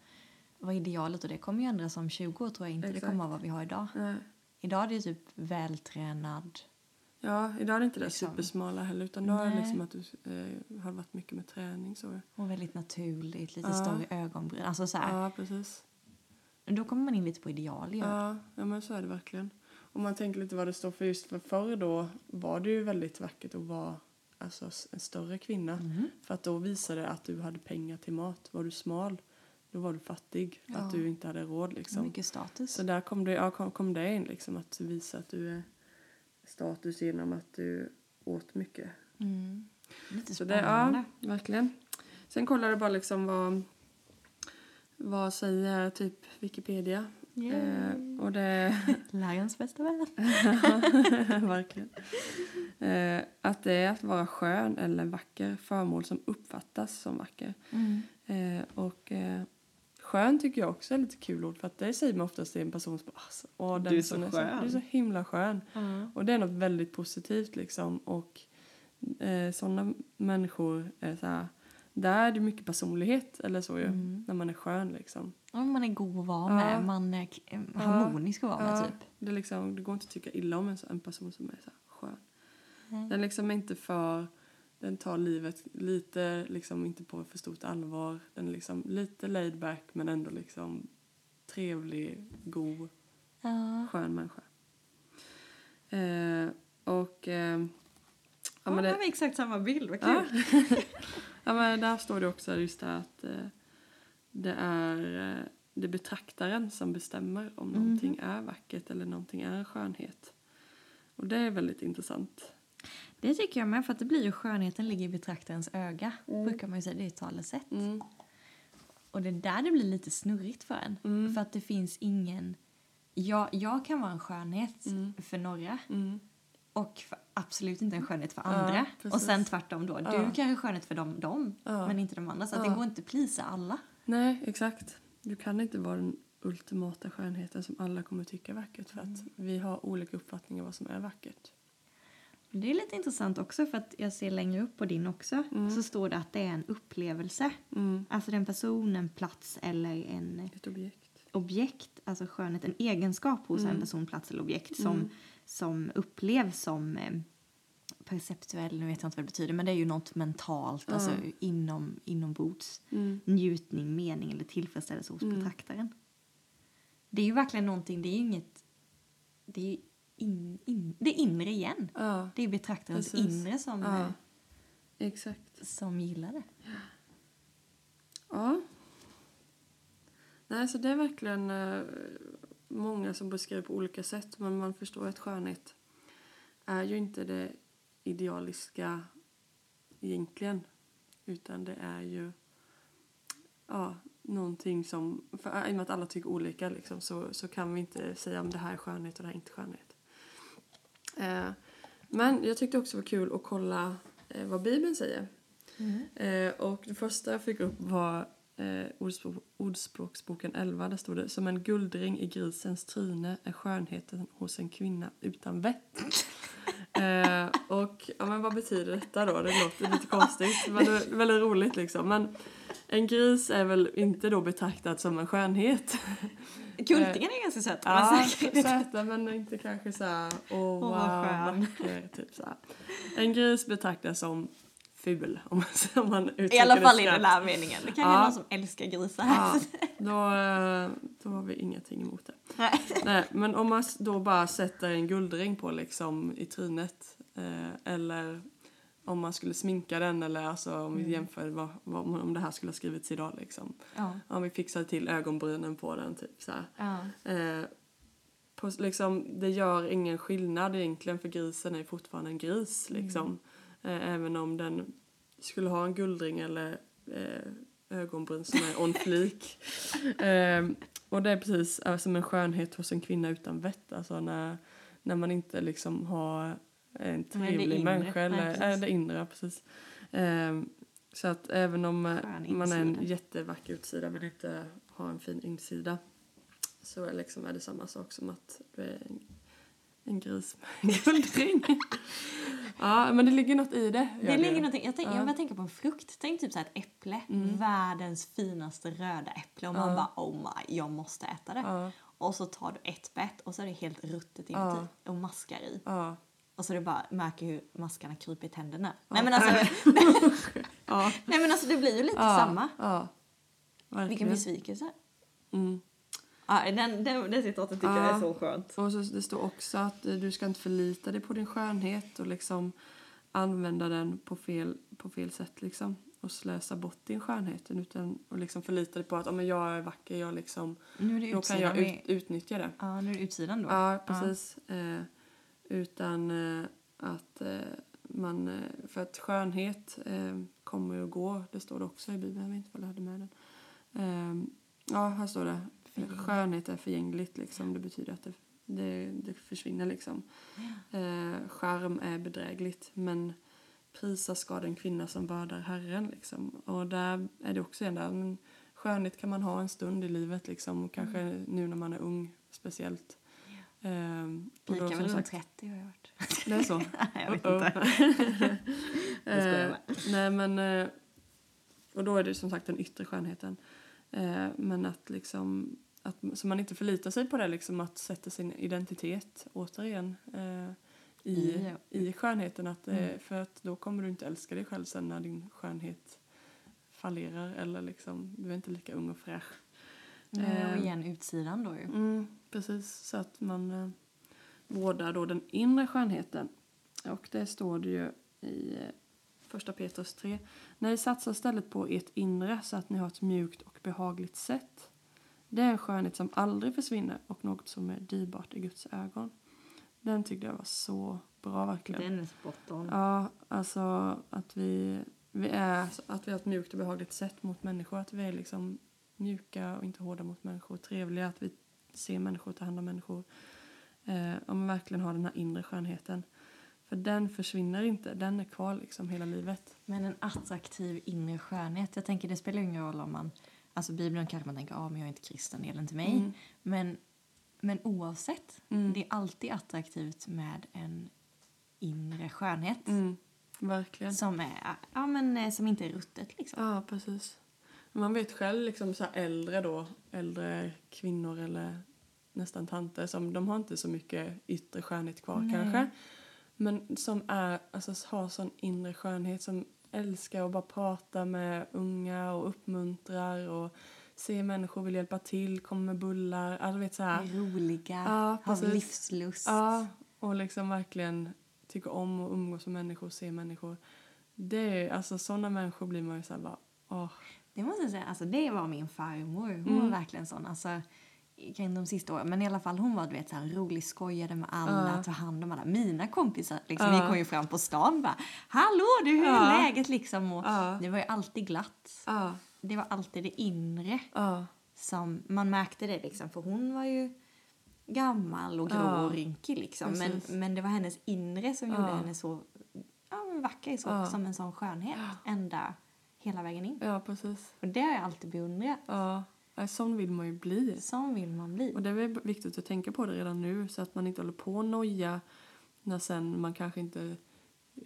[SPEAKER 2] vad idealet och det kommer ju ändras om 20 år tror jag inte. Det
[SPEAKER 1] Exakt.
[SPEAKER 2] kommer vara vad vi har idag.
[SPEAKER 1] Nej.
[SPEAKER 2] Idag är det ju typ vältränad.
[SPEAKER 1] Ja, idag är det inte det
[SPEAKER 2] Liksom.
[SPEAKER 1] supersmala heller utan då är det
[SPEAKER 2] Nej.
[SPEAKER 1] liksom att du eh, har varit mycket med träning så.
[SPEAKER 2] Och väldigt naturligt, lite
[SPEAKER 1] Ja.
[SPEAKER 2] större ögonbryn. Alltså så här,
[SPEAKER 1] Ja, precis.
[SPEAKER 2] Då kommer man in lite på ideal ju.
[SPEAKER 1] Ja, ja men så är det verkligen. Om man tänker lite vad det står för just för förr då var det ju väldigt vackert att vara alltså, s- en större kvinna.
[SPEAKER 2] Mm. Mm-hmm.
[SPEAKER 1] För att då visade det att du hade pengar till mat. Var du smal, då var du fattig. För att
[SPEAKER 2] Ja.
[SPEAKER 1] du inte hade råd liksom.
[SPEAKER 2] Mycket status.
[SPEAKER 1] Så där kom det, ja, kom, kom det in liksom att visa att du är status genom att du åt mycket.
[SPEAKER 2] Mm. Lite
[SPEAKER 1] Så det,
[SPEAKER 2] spännande.
[SPEAKER 1] ja, verkligen. Sen kollade jag bara liksom vad, vad säger typ Wikipedia.
[SPEAKER 2] Yay.
[SPEAKER 1] Eh, och det [laughs]
[SPEAKER 2] Lärarens bästa vän.
[SPEAKER 1] Verkligen. Eh, att det är att vara skön eller vacker föremål som uppfattas som vacker.
[SPEAKER 2] Mm.
[SPEAKER 1] Eh, och eh, skön tycker jag också är lite kul ord för att det säger man oftast till en person som bara, "Alltså, åh, den
[SPEAKER 2] Du är
[SPEAKER 1] personen
[SPEAKER 2] så skön."
[SPEAKER 1] du är så himla skön.
[SPEAKER 2] Ja.
[SPEAKER 1] Och det är något väldigt positivt liksom och eh, sådana människor är så här, där är det mycket personlighet eller så ju,
[SPEAKER 2] Mm.
[SPEAKER 1] när man är skön liksom.
[SPEAKER 2] Ja, men Man är god att vara med,
[SPEAKER 1] Ja.
[SPEAKER 2] man är k- eh, harmonisk att vara med
[SPEAKER 1] Ja,
[SPEAKER 2] typ.
[SPEAKER 1] det, är liksom, det går inte att tycka illa om en, så- en person som är så här skön.
[SPEAKER 2] Nej.
[SPEAKER 1] Den liksom är inte för... Den tar livet lite, liksom inte på för stort allvar. Den är liksom lite laid back men ändå liksom trevlig, god,
[SPEAKER 2] Ja.
[SPEAKER 1] skön människa. Eh, och... Eh, ja,
[SPEAKER 2] Ja,
[SPEAKER 1] men det,
[SPEAKER 2] har vi exakt samma bild, vad
[SPEAKER 1] Ja. [laughs] ja, men där står det också just det här att eh, det är eh, det är betraktaren som bestämmer om
[SPEAKER 2] Mhm.
[SPEAKER 1] någonting är vackert eller någonting är skönhet. Och det är väldigt intressant.
[SPEAKER 2] Det tycker jag med, för att det blir ju skönheten ligger i betraktarens öga. Brukar man ju säga, det är ett talesätt.
[SPEAKER 1] Mm.
[SPEAKER 2] Och det är där det blir lite snurrigt för en.
[SPEAKER 1] Mm.
[SPEAKER 2] För att det finns ingen... Jag, jag kan vara en skönhet
[SPEAKER 1] Mm.
[SPEAKER 2] för några
[SPEAKER 1] Mm.
[SPEAKER 2] och för, absolut inte en skönhet för andra.
[SPEAKER 1] precis.
[SPEAKER 2] och sen tvärtom då. Du
[SPEAKER 1] Ja.
[SPEAKER 2] kanske är skönhet för dem, dem
[SPEAKER 1] Ja.
[SPEAKER 2] men inte de andra. Så att
[SPEAKER 1] Ja.
[SPEAKER 2] det går inte att plisa alla.
[SPEAKER 1] Nej, exakt. Du kan inte vara den ultimata skönheten som alla kommer att tycka är vackert för att vi har olika uppfattningar vad som är vackert.
[SPEAKER 2] Det är lite intressant också för att jag ser längre upp på din också
[SPEAKER 1] Mm.
[SPEAKER 2] så står det att det är en upplevelse.
[SPEAKER 1] Mm.
[SPEAKER 2] Alltså det är en person, en plats eller en
[SPEAKER 1] Ett objekt.
[SPEAKER 2] objekt, alltså skönhet, en egenskap hos en person, plats eller objekt som,
[SPEAKER 1] Mm.
[SPEAKER 2] som upplevs som eh, perceptuell, nu vet jag inte vad det betyder, men det är ju något mentalt, alltså
[SPEAKER 1] Mm.
[SPEAKER 2] inom, inombords
[SPEAKER 1] Mm.
[SPEAKER 2] njutning, mening eller tillfredsställelse hos
[SPEAKER 1] Mm.
[SPEAKER 2] betraktaren. Det är ju verkligen någonting, det är ju inget, det är ju in, in, det är inre igen.
[SPEAKER 1] Ja,
[SPEAKER 2] Det är betraktarens
[SPEAKER 1] Precis.
[SPEAKER 2] inre som, eh,
[SPEAKER 1] ja. exakt.
[SPEAKER 2] som gillar det.
[SPEAKER 1] Ja. Nej, så det är verkligen eh, många som beskriver på olika sätt men man förstår ju att skönhet är ju inte det idealiska egentligen utan det är ju ja, någonting som... För, I och med att alla tycker olika liksom, så, så kan vi inte säga om det här är skönhet och det här är inte skönhet. Eh, men jag tyckte också det var kul att kolla eh, vad Bibeln säger.
[SPEAKER 2] Mm.
[SPEAKER 1] Eh, och det första jag fick upp var eh, ordspråk, Ordspråksboken 11. Där stod det som en guldring i grisens tryne är skönheten hos en kvinna utan vett.
[SPEAKER 2] [laughs]
[SPEAKER 1] eh, och ja, men vad betyder detta då? Det låter lite konstigt men det är väldigt roligt liksom. Men en gris är väl inte då betraktad som en skönhet.
[SPEAKER 2] Kultingarna är ganska söta.
[SPEAKER 1] Ja,
[SPEAKER 2] men säkert.
[SPEAKER 1] söta men inte kanske så här, åh
[SPEAKER 2] vad
[SPEAKER 1] vad
[SPEAKER 2] skön."
[SPEAKER 1] vacker. Typ så här. En gris betraktas som ful om man, om man
[SPEAKER 2] [laughs] I
[SPEAKER 1] uttrycker
[SPEAKER 2] alla
[SPEAKER 1] det
[SPEAKER 2] fall i
[SPEAKER 1] snällt.
[SPEAKER 2] den här meningen. Det kan
[SPEAKER 1] Ja.
[SPEAKER 2] ju någon som älskar grisar. [laughs]
[SPEAKER 1] Ja, då, eh, då har vi ingenting emot det.
[SPEAKER 2] Nej.
[SPEAKER 1] Nej, men om man s- då bara sätter en guldring på liksom i trynet eh, eller om man skulle sminka den eller alltså om vi jämför vad, vad, om det här skulle ha skrivits idag liksom.
[SPEAKER 2] Ja.
[SPEAKER 1] Om vi fixar till ögonbrynen på den typ så här.
[SPEAKER 2] Ja.
[SPEAKER 1] Eh, på, liksom, det gör ingen skillnad egentligen för grisen är fortfarande en gris
[SPEAKER 2] Mm.
[SPEAKER 1] liksom. Eh, även om den skulle ha en guldring eller eh, ögonbryn som är on
[SPEAKER 2] [laughs]
[SPEAKER 1] fleek. eh, och det är precis eh, som en skönhet hos en kvinna utan vett. Alltså när, när man inte liksom har en
[SPEAKER 2] det
[SPEAKER 1] trevlig
[SPEAKER 2] inre.
[SPEAKER 1] människa
[SPEAKER 2] Nej,
[SPEAKER 1] eller
[SPEAKER 2] precis.
[SPEAKER 1] Nej, det inre. Precis. Eh, så att även om eh,
[SPEAKER 2] Skön
[SPEAKER 1] man är en
[SPEAKER 2] insida.
[SPEAKER 1] jättevacker utsida men inte har en fin insida så är, liksom, är det samma sak som att du är en, en gris med en
[SPEAKER 2] [laughs]
[SPEAKER 1] guldring. ja, men det ligger något i det. gör
[SPEAKER 2] Det ligger någonting, jag, tänk,
[SPEAKER 1] Ja. Mm.
[SPEAKER 2] jag börjar tänka på en frukt. Tänk typ så här ett äpple. Världens finaste röda äpple. Och man bara oh my, jag måste äta det.
[SPEAKER 1] Ja.
[SPEAKER 2] Och så tar du ett bett och så är det helt ruttet inuti och maskar i.
[SPEAKER 1] Ja.
[SPEAKER 2] Och så du bara märker hur maskarna kryper i tänderna. Nej men alltså,
[SPEAKER 1] [laughs] Ja.
[SPEAKER 2] [laughs] nej, men alltså det blir ju lite
[SPEAKER 1] Ja.
[SPEAKER 2] samma.
[SPEAKER 1] Ja.
[SPEAKER 2] Vilken
[SPEAKER 1] Verkligen.
[SPEAKER 2] besvikelse.
[SPEAKER 1] Mm.
[SPEAKER 2] Ja, den, den, det citatet tycker
[SPEAKER 1] Ja.
[SPEAKER 2] jag är så skönt.
[SPEAKER 1] Och så, det står också att eh, du ska inte förlita dig på din skönhet och liksom använda den på fel, på fel sätt liksom och slösa bort din skönhet utan och liksom förlita dig på att "Ja, men jag är vacker, jag liksom,
[SPEAKER 2] Nu är det
[SPEAKER 1] då kan jag
[SPEAKER 2] utsidan,
[SPEAKER 1] ut,
[SPEAKER 2] vi-
[SPEAKER 1] utnyttja det.
[SPEAKER 2] ja, nu är det utsidan då.
[SPEAKER 1] Ja, precis. Eh, utan eh, att eh, man... eh, För att skönhet eh, kommer ju och går. Det står det också i Bibeln. Jag vet inte vad jag hade med den. Eh, ja, här står det. Skönhet är förgängligt. Liksom. Det betyder att det, det, det försvinner. Liksom. Eh, charm är bedrägligt. Men prisa ska den kvinna som vördar Herren. Liksom. Och där är det också en där... Men, Skönhet kan man ha en stund i livet, liksom, och kanske
[SPEAKER 2] Mm.
[SPEAKER 1] nu när man är ung speciellt. Ehm, och då,
[SPEAKER 2] Pika
[SPEAKER 1] som
[SPEAKER 2] väl runt
[SPEAKER 1] sagt,
[SPEAKER 2] 30 har jag hört.
[SPEAKER 1] Det är så?
[SPEAKER 2] [laughs]
[SPEAKER 1] Oh.
[SPEAKER 2] Nej, jag vet
[SPEAKER 1] Uh-oh. [laughs]
[SPEAKER 2] inte. Jag skojar bara.
[SPEAKER 1] Eh, nej men, eh, och då är det som sagt den yttre skönheten. Eh, men att liksom, att, så man inte förlitar sig på det liksom att sätta sin identitet återigen eh, i,
[SPEAKER 2] I-
[SPEAKER 1] i skönheten. Att, eh,
[SPEAKER 2] Mm.
[SPEAKER 1] För att då kommer du inte älska dig själv sen när din skönhet fallerar eller liksom, du är inte lika ung och fräsch.
[SPEAKER 2] Eh,
[SPEAKER 1] Ehm.
[SPEAKER 2] Och igen utsidan då ju.
[SPEAKER 1] Mm, precis, så att man eh, vårdar då den inre skönheten. Och det står det ju i eh, första Petrus 3. När ni satsar istället på ert inre så att ni har ett mjukt och behagligt sätt. Det är en skönhet som aldrig försvinner och något som är dyrbart i Guds ögon. Den tyckte jag var så bra verkligen.
[SPEAKER 2] Den är spot on.
[SPEAKER 1] Ja, alltså att vi, vi är, att vi har ett mjukt och behagligt sätt mot människor. Att vi är liksom mjuka och inte hårda mot människor. Trevliga, att vi ser människor, tar hand om människor. Eh, om man verkligen har den här inre skönheten. För den försvinner inte, den är kvar liksom hela livet.
[SPEAKER 2] Men en attraktiv inre skönhet. Jag tänker det spelar ju ingen roll om man... Alltså Bibeln kanske man tänker, ja ah, men jag är inte kristen, det gäller inte mig. Men, men oavsett, det är alltid attraktivt med en inre skönhet.
[SPEAKER 1] Mm. Verkligen.
[SPEAKER 2] Som, är, ja, men, eh, som inte är ruttet liksom.
[SPEAKER 1] Ja, precis. Man vet själv liksom så här äldre då, äldre kvinnor eller nästan tanter som de har inte så mycket yttre skönhet kvar kanske. Men som är, alltså har sån inre skönhet som älskar att bara prata med unga och uppmuntrar och ser människor vill hjälpa till, kommer med bullar, alltså du vet så här.
[SPEAKER 2] Är roliga,
[SPEAKER 1] Ja,
[SPEAKER 2] har
[SPEAKER 1] precis.
[SPEAKER 2] livslust.
[SPEAKER 1] Ja, och liksom verkligen tycker om och umgås med människor och se människor. Det är, alltså sådana människor blir man ju såhär bara, åh.
[SPEAKER 2] Det måste jag säga, alltså det var min farmor. Hon
[SPEAKER 1] Mm.
[SPEAKER 2] var verkligen sån. Alltså, kring de sista åren. Men i alla fall hon var du vet, så här, rolig, skojade med alla, tog hand om alla. Mina kompisar liksom, vi kom ju fram på stan bara “Hallå du, hur är
[SPEAKER 1] Ja.
[SPEAKER 2] läget?” liksom. Och
[SPEAKER 1] Ja.
[SPEAKER 2] Det var ju alltid glatt.
[SPEAKER 1] Ja,
[SPEAKER 2] Det var alltid det inre
[SPEAKER 1] ja.
[SPEAKER 2] som man märkte det liksom. För hon var ju gammal och grå
[SPEAKER 1] Ja.
[SPEAKER 2] och rynkig liksom. Men,
[SPEAKER 1] Precis.
[SPEAKER 2] men det var hennes inre som gjorde
[SPEAKER 1] Ja.
[SPEAKER 2] henne så ja, men vacker, så,
[SPEAKER 1] Ja.
[SPEAKER 2] som en sån skönhet ända hela vägen in.
[SPEAKER 1] Ja, precis.
[SPEAKER 2] Och det har jag alltid beundrat.
[SPEAKER 1] Ja, Nej, sån vill man ju bli.
[SPEAKER 2] Sån vill man bli.
[SPEAKER 1] Och det är väl viktigt att tänka på det redan nu så att man inte håller på och noja när sen man kanske inte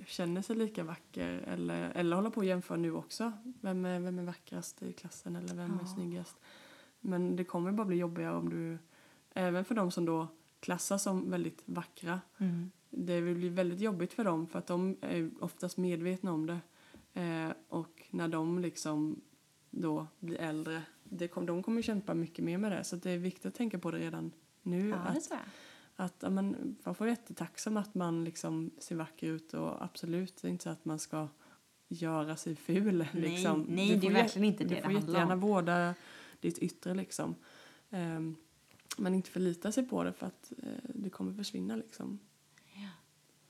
[SPEAKER 1] känner sig lika vacker eller, eller håller på och jämför nu också. Vem är, vem är vackrast i klassen eller vem är
[SPEAKER 2] Ja.
[SPEAKER 1] snyggast? Men det kommer bara bli jobbigare om du, även för de som då klassas som väldigt vackra,
[SPEAKER 2] Mm.
[SPEAKER 1] det blir väldigt jobbigt för dem för att de är oftast medvetna om det. Eh, och när de liksom då blir äldre, det kom, de kommer kämpa mycket mer med det. Så att det är viktigt att tänka på det redan nu.
[SPEAKER 2] Ja, det
[SPEAKER 1] att,
[SPEAKER 2] tror jag.
[SPEAKER 1] att ja, men, man får vara jättetacksam att man liksom ser vacker ut och absolut det är inte så att man ska göra sig ful.
[SPEAKER 2] Nej,
[SPEAKER 1] liksom.
[SPEAKER 2] nej,
[SPEAKER 1] Du
[SPEAKER 2] det är
[SPEAKER 1] får jä-
[SPEAKER 2] verkligen inte det
[SPEAKER 1] Du
[SPEAKER 2] det
[SPEAKER 1] får
[SPEAKER 2] handlar om.
[SPEAKER 1] jättegärna vårda ditt yttre liksom. Ehm, men inte förlita sig på det för att eh, det kommer försvinna liksom.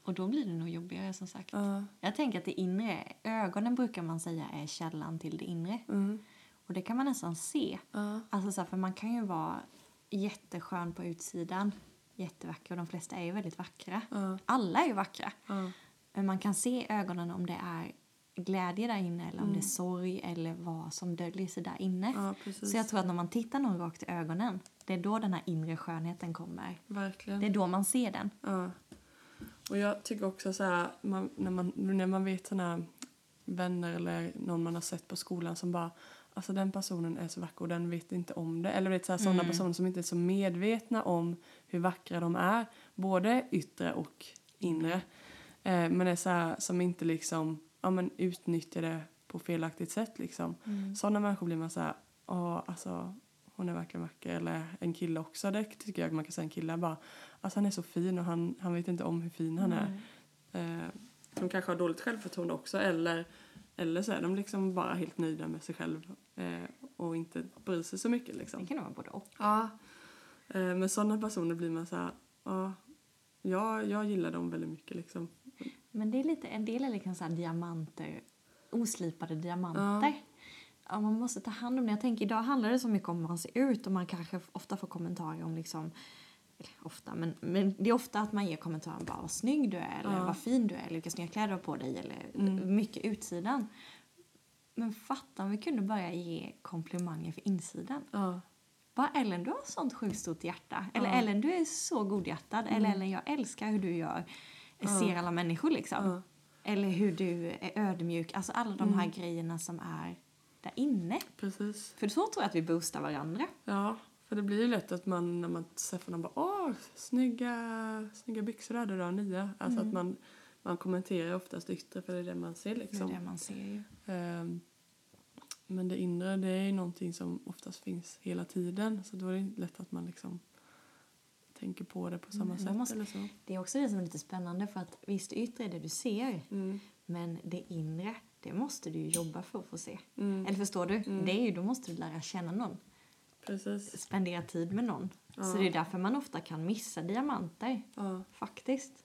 [SPEAKER 2] Och då blir det nog jobbigare som sagt.
[SPEAKER 1] Ja.
[SPEAKER 2] Jag tänker att det inre, ögonen brukar man säga är källan till det inre.
[SPEAKER 1] Mm.
[SPEAKER 2] Och det kan man nästan se.
[SPEAKER 1] Ja.
[SPEAKER 2] Alltså så här, för man kan ju vara jätteskön på utsidan, jättevacker och de flesta är ju väldigt vackra.
[SPEAKER 1] Ja.
[SPEAKER 2] Alla är ju vackra.
[SPEAKER 1] Ja.
[SPEAKER 2] Men man kan se i ögonen om det är glädje där inne eller om det är sorg eller vad som döljer sig där inne.
[SPEAKER 1] Mm. Ja, precis.
[SPEAKER 2] så jag tror att när man tittar någon rakt i ögonen, det är då den här inre skönheten kommer.
[SPEAKER 1] Verkligen.
[SPEAKER 2] Det är då man ser den.
[SPEAKER 1] Ja. Och jag tycker också så här, man, när, man, när man vet såna vänner eller någon man har sett på skolan som bara Alltså den personen är så vacker och den vet inte om det. Eller vet, så här, sådana personer som inte är så medvetna om hur vackra de är. Både yttre och inre. Eh, men är så här, som inte liksom, ja, men utnyttjar det på felaktigt sätt. Liksom. Sådana människor blir man så här, ja alltså hon är verkligen vacker. Eller en kille också, det tycker jag man kan säga en kille. Bara, alltså han är så fin och han, han vet inte om hur fin han är. Eh, de kanske har dåligt självförtroende också eller, eller så är de liksom bara helt nöjda med sig själv eh, och inte bryr sig så mycket.
[SPEAKER 2] Det
[SPEAKER 1] Liksom.
[SPEAKER 2] kan nog vara både och.
[SPEAKER 1] Ja. Eh, men sådana personer blir man så här, ja, ja, jag gillar dem väldigt mycket. Liksom.
[SPEAKER 2] Men det är lite, en del är liksom så här diamanter, oslipade diamanter. Ja. man måste ta hand om det. Jag tänker idag handlar det så mycket om hur man ser ut och man kanske ofta får kommentarer om liksom eller Ofta, men, men det är ofta att man ger kommentaren bara vad snygg du är eller
[SPEAKER 1] Ja.
[SPEAKER 2] vad fin du är eller vilka snygga kläder du har på dig eller mycket utsidan. Men fatta om vi kunde börja ge komplimanger för insidan.
[SPEAKER 1] Ja.
[SPEAKER 2] Bara Ellen, du har sånt sjukt stort hjärta. Eller
[SPEAKER 1] Ja.
[SPEAKER 2] Ellen, du är så godhjärtad. Eller Ellen, jag älskar hur du gör, eh, ser alla människor liksom.
[SPEAKER 1] Ja.
[SPEAKER 2] Eller hur du är ödmjuk. Alltså alla de här grejerna som är där inne.
[SPEAKER 1] Precis.
[SPEAKER 2] För så tror jag att vi boostar varandra.
[SPEAKER 1] Ja, för det blir ju lätt att man när man träffar någon bara åh, snygga, snygga byxor hade du har nya. Alltså att man, man kommenterar oftast det yttre för det är det man ser
[SPEAKER 2] Mm. Det är
[SPEAKER 1] liksom.
[SPEAKER 2] det man ser ju.
[SPEAKER 1] Ehm, Men det inre det är ju någonting som oftast finns hela tiden så då är det lätt att man liksom tänker på det på samma
[SPEAKER 2] Mm,
[SPEAKER 1] sätt
[SPEAKER 2] man måste-
[SPEAKER 1] eller så.
[SPEAKER 2] Det är också det som är lite spännande för att visst det yttre är det du ser
[SPEAKER 1] Mm.
[SPEAKER 2] men det inre det måste du ju jobba för att få se.
[SPEAKER 1] Mm.
[SPEAKER 2] Eller förstår du? Det är ju, då måste du lära känna någon.
[SPEAKER 1] Precis.
[SPEAKER 2] Spendera tid med någon. Så det är därför man ofta kan missa diamanter.
[SPEAKER 1] Ja,
[SPEAKER 2] Faktiskt.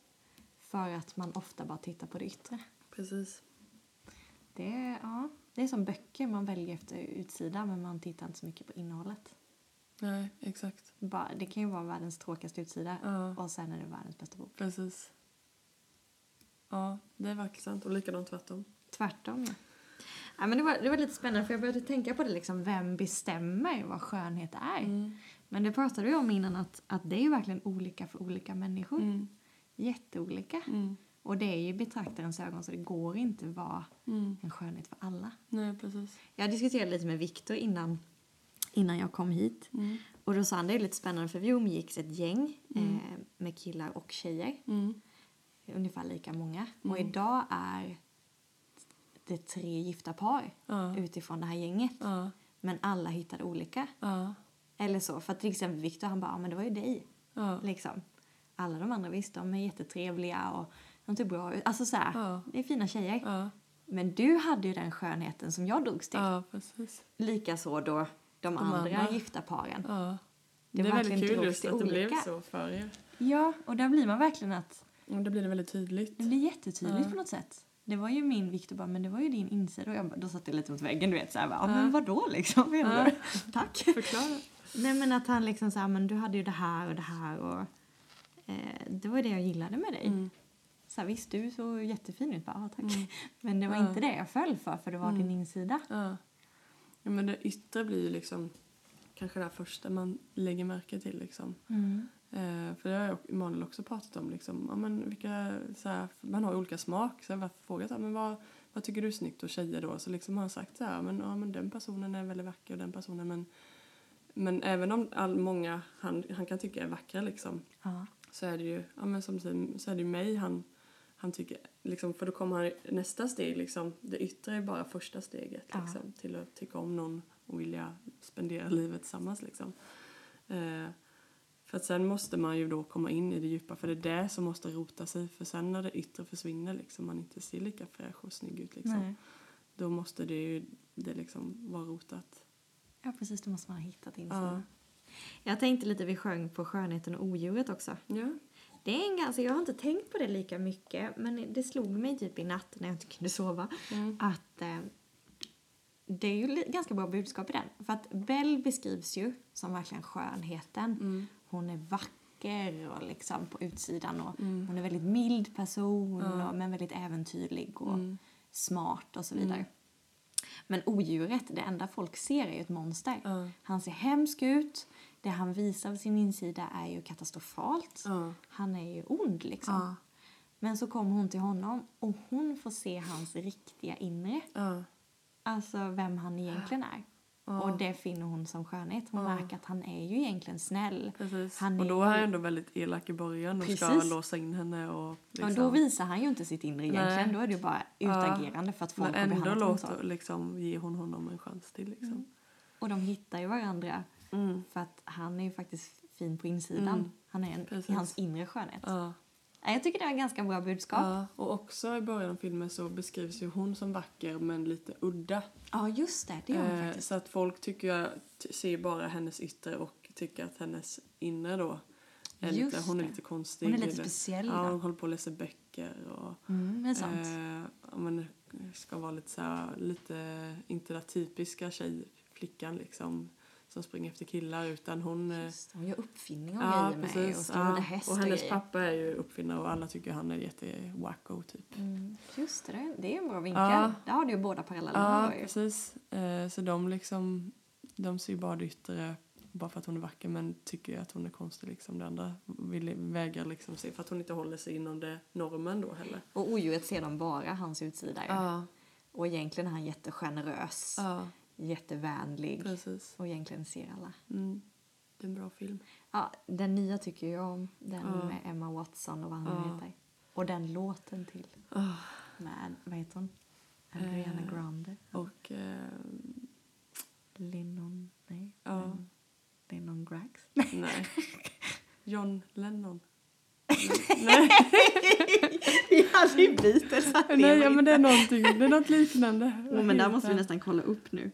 [SPEAKER 2] För att man ofta bara tittar på det yttre.
[SPEAKER 1] precis.
[SPEAKER 2] Det är, ja, det är som böcker, man väljer efter utsidan men man tittar inte så mycket på innehållet.
[SPEAKER 1] Nej, exakt.
[SPEAKER 2] Bara, det kan ju vara världens tråkigaste utsida
[SPEAKER 1] Ja.
[SPEAKER 2] och sen är det världens bästa bok.
[SPEAKER 1] Precis. Ja, det är verkligen sant. Och likadant tvärtom.
[SPEAKER 2] Tvärtom ja. ja men det, var, det var lite spännande för jag började tänka på det liksom, vem bestämmer vad skönhet är?
[SPEAKER 1] Mm.
[SPEAKER 2] Men det pratade vi om innan att, att det är ju verkligen olika för olika människor.
[SPEAKER 1] Mm.
[SPEAKER 2] Jätteolika.
[SPEAKER 1] Mm.
[SPEAKER 2] Och det är ju i betraktarens ögon så det går inte vara
[SPEAKER 1] Mm.
[SPEAKER 2] en skönhet för alla.
[SPEAKER 1] Nej, precis.
[SPEAKER 2] Jag diskuterade lite med Viktor innan, innan jag kom hit.
[SPEAKER 1] Mm.
[SPEAKER 2] Och då sa han, det är lite spännande för vi umgicks ett gäng eh, med killar och tjejer.
[SPEAKER 1] Mm.
[SPEAKER 2] Ungefär lika många. Och idag är det tre gifta par
[SPEAKER 1] Ja.
[SPEAKER 2] utifrån det här gänget.
[SPEAKER 1] Ja,
[SPEAKER 2] Men alla hittade olika.
[SPEAKER 1] ja,
[SPEAKER 2] Eller så. För att till exempel Viktor han bara, ja men det var ju dig.
[SPEAKER 1] ja.
[SPEAKER 2] Liksom. Alla de andra visst, de är jättetrevliga och de ser bra ut. Alltså såhär,
[SPEAKER 1] Ja.
[SPEAKER 2] det är fina tjejer.
[SPEAKER 1] Ja,
[SPEAKER 2] Men du hade ju den skönheten som jag drogs till.
[SPEAKER 1] ja precis.
[SPEAKER 2] Likaså då de, andra,
[SPEAKER 1] andra.
[SPEAKER 2] gifta paren. Ja.
[SPEAKER 1] Ja.
[SPEAKER 2] Det
[SPEAKER 1] Det, är
[SPEAKER 2] var
[SPEAKER 1] väldigt
[SPEAKER 2] verkligen
[SPEAKER 1] kul
[SPEAKER 2] drogs
[SPEAKER 1] just
[SPEAKER 2] till
[SPEAKER 1] att det blev
[SPEAKER 2] olika.
[SPEAKER 1] så för er.
[SPEAKER 2] och där blir man verkligen att
[SPEAKER 1] Och då blir det väldigt tydligt.
[SPEAKER 2] det blir jättetydligt på något sätt. Det var ju min Viktor bara, men det var ju din insida. Och jag bara, då satt jag lite mot väggen du vet såhär, ja men vadå liksom? Jag bara, [laughs]
[SPEAKER 1] [laughs]
[SPEAKER 2] Tack.
[SPEAKER 1] Förklara.
[SPEAKER 2] Nej men att han liksom såhär, men du hade ju det här och det här och eh, det var ju det jag gillade med dig.
[SPEAKER 1] Mm.
[SPEAKER 2] Så här, visst du såg jättefin ut, bara, ja, tack. [laughs] Men det var
[SPEAKER 1] Ja.
[SPEAKER 2] inte det jag föll för, för det var din insida.
[SPEAKER 1] Ja. ja men det yttre blir ju liksom kanske det här första man lägger märke till liksom.
[SPEAKER 2] Mm.
[SPEAKER 1] Eh, för det har jag och Emanuel också pratat om liksom. Ja, men vilka, så här, man har ju olika smak så jag har bara frågat ja, men vad, vad tycker du är snyggt och tjejer då? Så liksom har han sagt så här, men, ja, men den personen är väldigt vacker och den personen men men även om all, många han, han kan tycka är vackra liksom
[SPEAKER 2] Ja.
[SPEAKER 1] så är det ju, ja men som, så är det ju mig han, han tycker, liksom, för då kommer han, nästa steg, liksom, det yttre är bara första steget liksom, till att tycka om någon och vilja spendera [laughs] livet tillsammans. Liksom. Eh, för att sen måste man ju då komma in i det djupa, för det är det som måste rota sig. För sen när det yttre försvinner, liksom, man inte ser lika fräsch och snygg ut, liksom,
[SPEAKER 2] Nej.
[SPEAKER 1] då måste det ju det liksom vara rotat.
[SPEAKER 2] Ja, precis. Då måste man ha hittat
[SPEAKER 1] Ja.
[SPEAKER 2] insidan. Jag tänkte lite, vi sjöng på skönheten och odjuret också.
[SPEAKER 1] Ja.
[SPEAKER 2] Det är en ganska, jag har inte tänkt på det lika mycket men det slog mig typ i natt när jag inte kunde sova att eh, det är ju li- ganska bra budskap i den. För att Belle beskrivs ju som verkligen skönheten. Hon är vacker och liksom på utsidan och hon är väldigt mild person och, men väldigt äventyrlig och smart och så vidare. Men odjuret, det enda folk ser är ju ett monster.
[SPEAKER 1] Ja.
[SPEAKER 2] Han ser hemsk ut. Det han visar av sin insida är ju katastrofalt.
[SPEAKER 1] Ja.
[SPEAKER 2] Han är ju ond liksom.
[SPEAKER 1] Ja.
[SPEAKER 2] Men så kommer hon till honom och hon får se hans riktiga inre.
[SPEAKER 1] Ja.
[SPEAKER 2] Alltså vem han egentligen är. Och det finner hon som skönhet. Hon märker att han är ju egentligen snäll.
[SPEAKER 1] Precis.
[SPEAKER 2] Han
[SPEAKER 1] och
[SPEAKER 2] är
[SPEAKER 1] då är han
[SPEAKER 2] ju-
[SPEAKER 1] ändå väldigt elak i början och ska
[SPEAKER 2] Precis.
[SPEAKER 1] låsa in henne. Och, liksom-
[SPEAKER 2] och då visar han ju inte sitt inre egentligen.
[SPEAKER 1] Nej.
[SPEAKER 2] Då är det ju bara utagerande för att folk
[SPEAKER 1] Men
[SPEAKER 2] har
[SPEAKER 1] ändå
[SPEAKER 2] behandlat honom så.
[SPEAKER 1] låter, liksom, ger hon honom en chans till. Liksom.
[SPEAKER 2] Mm. Och de hittar ju varandra.
[SPEAKER 1] Mm.
[SPEAKER 2] För att han är ju faktiskt fin på insidan. Han är en, i
[SPEAKER 1] Precis.
[SPEAKER 2] hans inre skönhet.
[SPEAKER 1] Ja.
[SPEAKER 2] Nej, Jag tycker det är en ganska bra budskap. Ja,
[SPEAKER 1] Ja, och också i början av filmen så beskrivs ju hon som vacker men lite udda.
[SPEAKER 2] just det. Det gör hon
[SPEAKER 1] Eh,
[SPEAKER 2] faktiskt.
[SPEAKER 1] så att folk tycker jag t- ser bara hennes yttre och tycker att hennes inre då är
[SPEAKER 2] Just
[SPEAKER 1] lite, hon är
[SPEAKER 2] det.
[SPEAKER 1] lite konstig.
[SPEAKER 2] Hon är lite
[SPEAKER 1] Det-
[SPEAKER 2] speciell,
[SPEAKER 1] Ja,
[SPEAKER 2] va?
[SPEAKER 1] hon håller på och läser böcker och
[SPEAKER 2] Mm, det är sant.
[SPEAKER 1] eh, ja, men, ska vara lite så här, lite inte den typiska tjej, flickan liksom som springer efter killar utan hon eh,
[SPEAKER 2] Just, det, hon gör uppfinningar och grejer med det och står
[SPEAKER 1] ja.
[SPEAKER 2] med häst
[SPEAKER 1] och hennes
[SPEAKER 2] grejer.
[SPEAKER 1] pappa är ju uppfinnare och alla tycker han är jättewacko typ.
[SPEAKER 2] Mm, Just det, det är- det är en bra vinkel.
[SPEAKER 1] Ja.
[SPEAKER 2] Där har du ju båda parallellerna.
[SPEAKER 1] Ja,
[SPEAKER 2] då ju.
[SPEAKER 1] precis. Eh, så de liksom, de ser ju bara det yttre bara för att hon är vacker men tycker ju att hon är konstig liksom. Det andra vill, vägrar liksom se för att hon inte håller sig inom det normen då heller.
[SPEAKER 2] Och odjuret ser de bara hans utsida. ju. Och egentligen är han jättegenerös,
[SPEAKER 1] ja
[SPEAKER 2] jättevänlig
[SPEAKER 1] precis.
[SPEAKER 2] och egentligen ser alla.
[SPEAKER 1] Mm. Det är en bra film.
[SPEAKER 2] Ja, den nya tycker jag om, den
[SPEAKER 1] Ja.
[SPEAKER 2] med Emma Watson och vad han nu
[SPEAKER 1] Ja.
[SPEAKER 2] heter. Och den låten till
[SPEAKER 1] Ah,
[SPEAKER 2] med, vad heter hon? Ariana
[SPEAKER 1] Eh.
[SPEAKER 2] Grande?
[SPEAKER 1] och eh,
[SPEAKER 2] Lennon? Nej?
[SPEAKER 1] Ja.
[SPEAKER 2] Lennon- Lennon Grax? [laughs]
[SPEAKER 1] nej. John Lennon.
[SPEAKER 2] [laughs] Vi hade ju byter så att det
[SPEAKER 1] Nej,
[SPEAKER 2] var
[SPEAKER 1] ja, men
[SPEAKER 2] inte-
[SPEAKER 1] det är någonting, det är något liknande.
[SPEAKER 2] Jo, men där måste vi nästan kolla upp nu.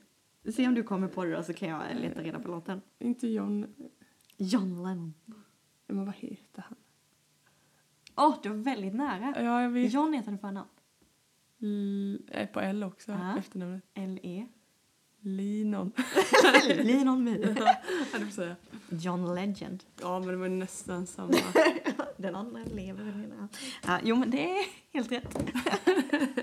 [SPEAKER 2] Se om du kommer på det då så kan jag leta reda på låten.
[SPEAKER 1] Inte John,
[SPEAKER 2] John Lennon.
[SPEAKER 1] men vad heter han?
[SPEAKER 2] Åh, du var väldigt nära.
[SPEAKER 1] Ja, jag vet.
[SPEAKER 2] John heter den förnamn.
[SPEAKER 1] L- är på L också,
[SPEAKER 2] Ja.
[SPEAKER 1] efternamnet.
[SPEAKER 2] [laughs] L-E.
[SPEAKER 1] Linon.
[SPEAKER 2] [laughs] Linon My.
[SPEAKER 1] Ja, det får säga.
[SPEAKER 2] John Legend.
[SPEAKER 1] Ja, men det var nästan
[SPEAKER 2] [laughs]
[SPEAKER 1] samma.
[SPEAKER 2] Den andra lever den ena. Ja, jo, men det är helt rätt. [laughs]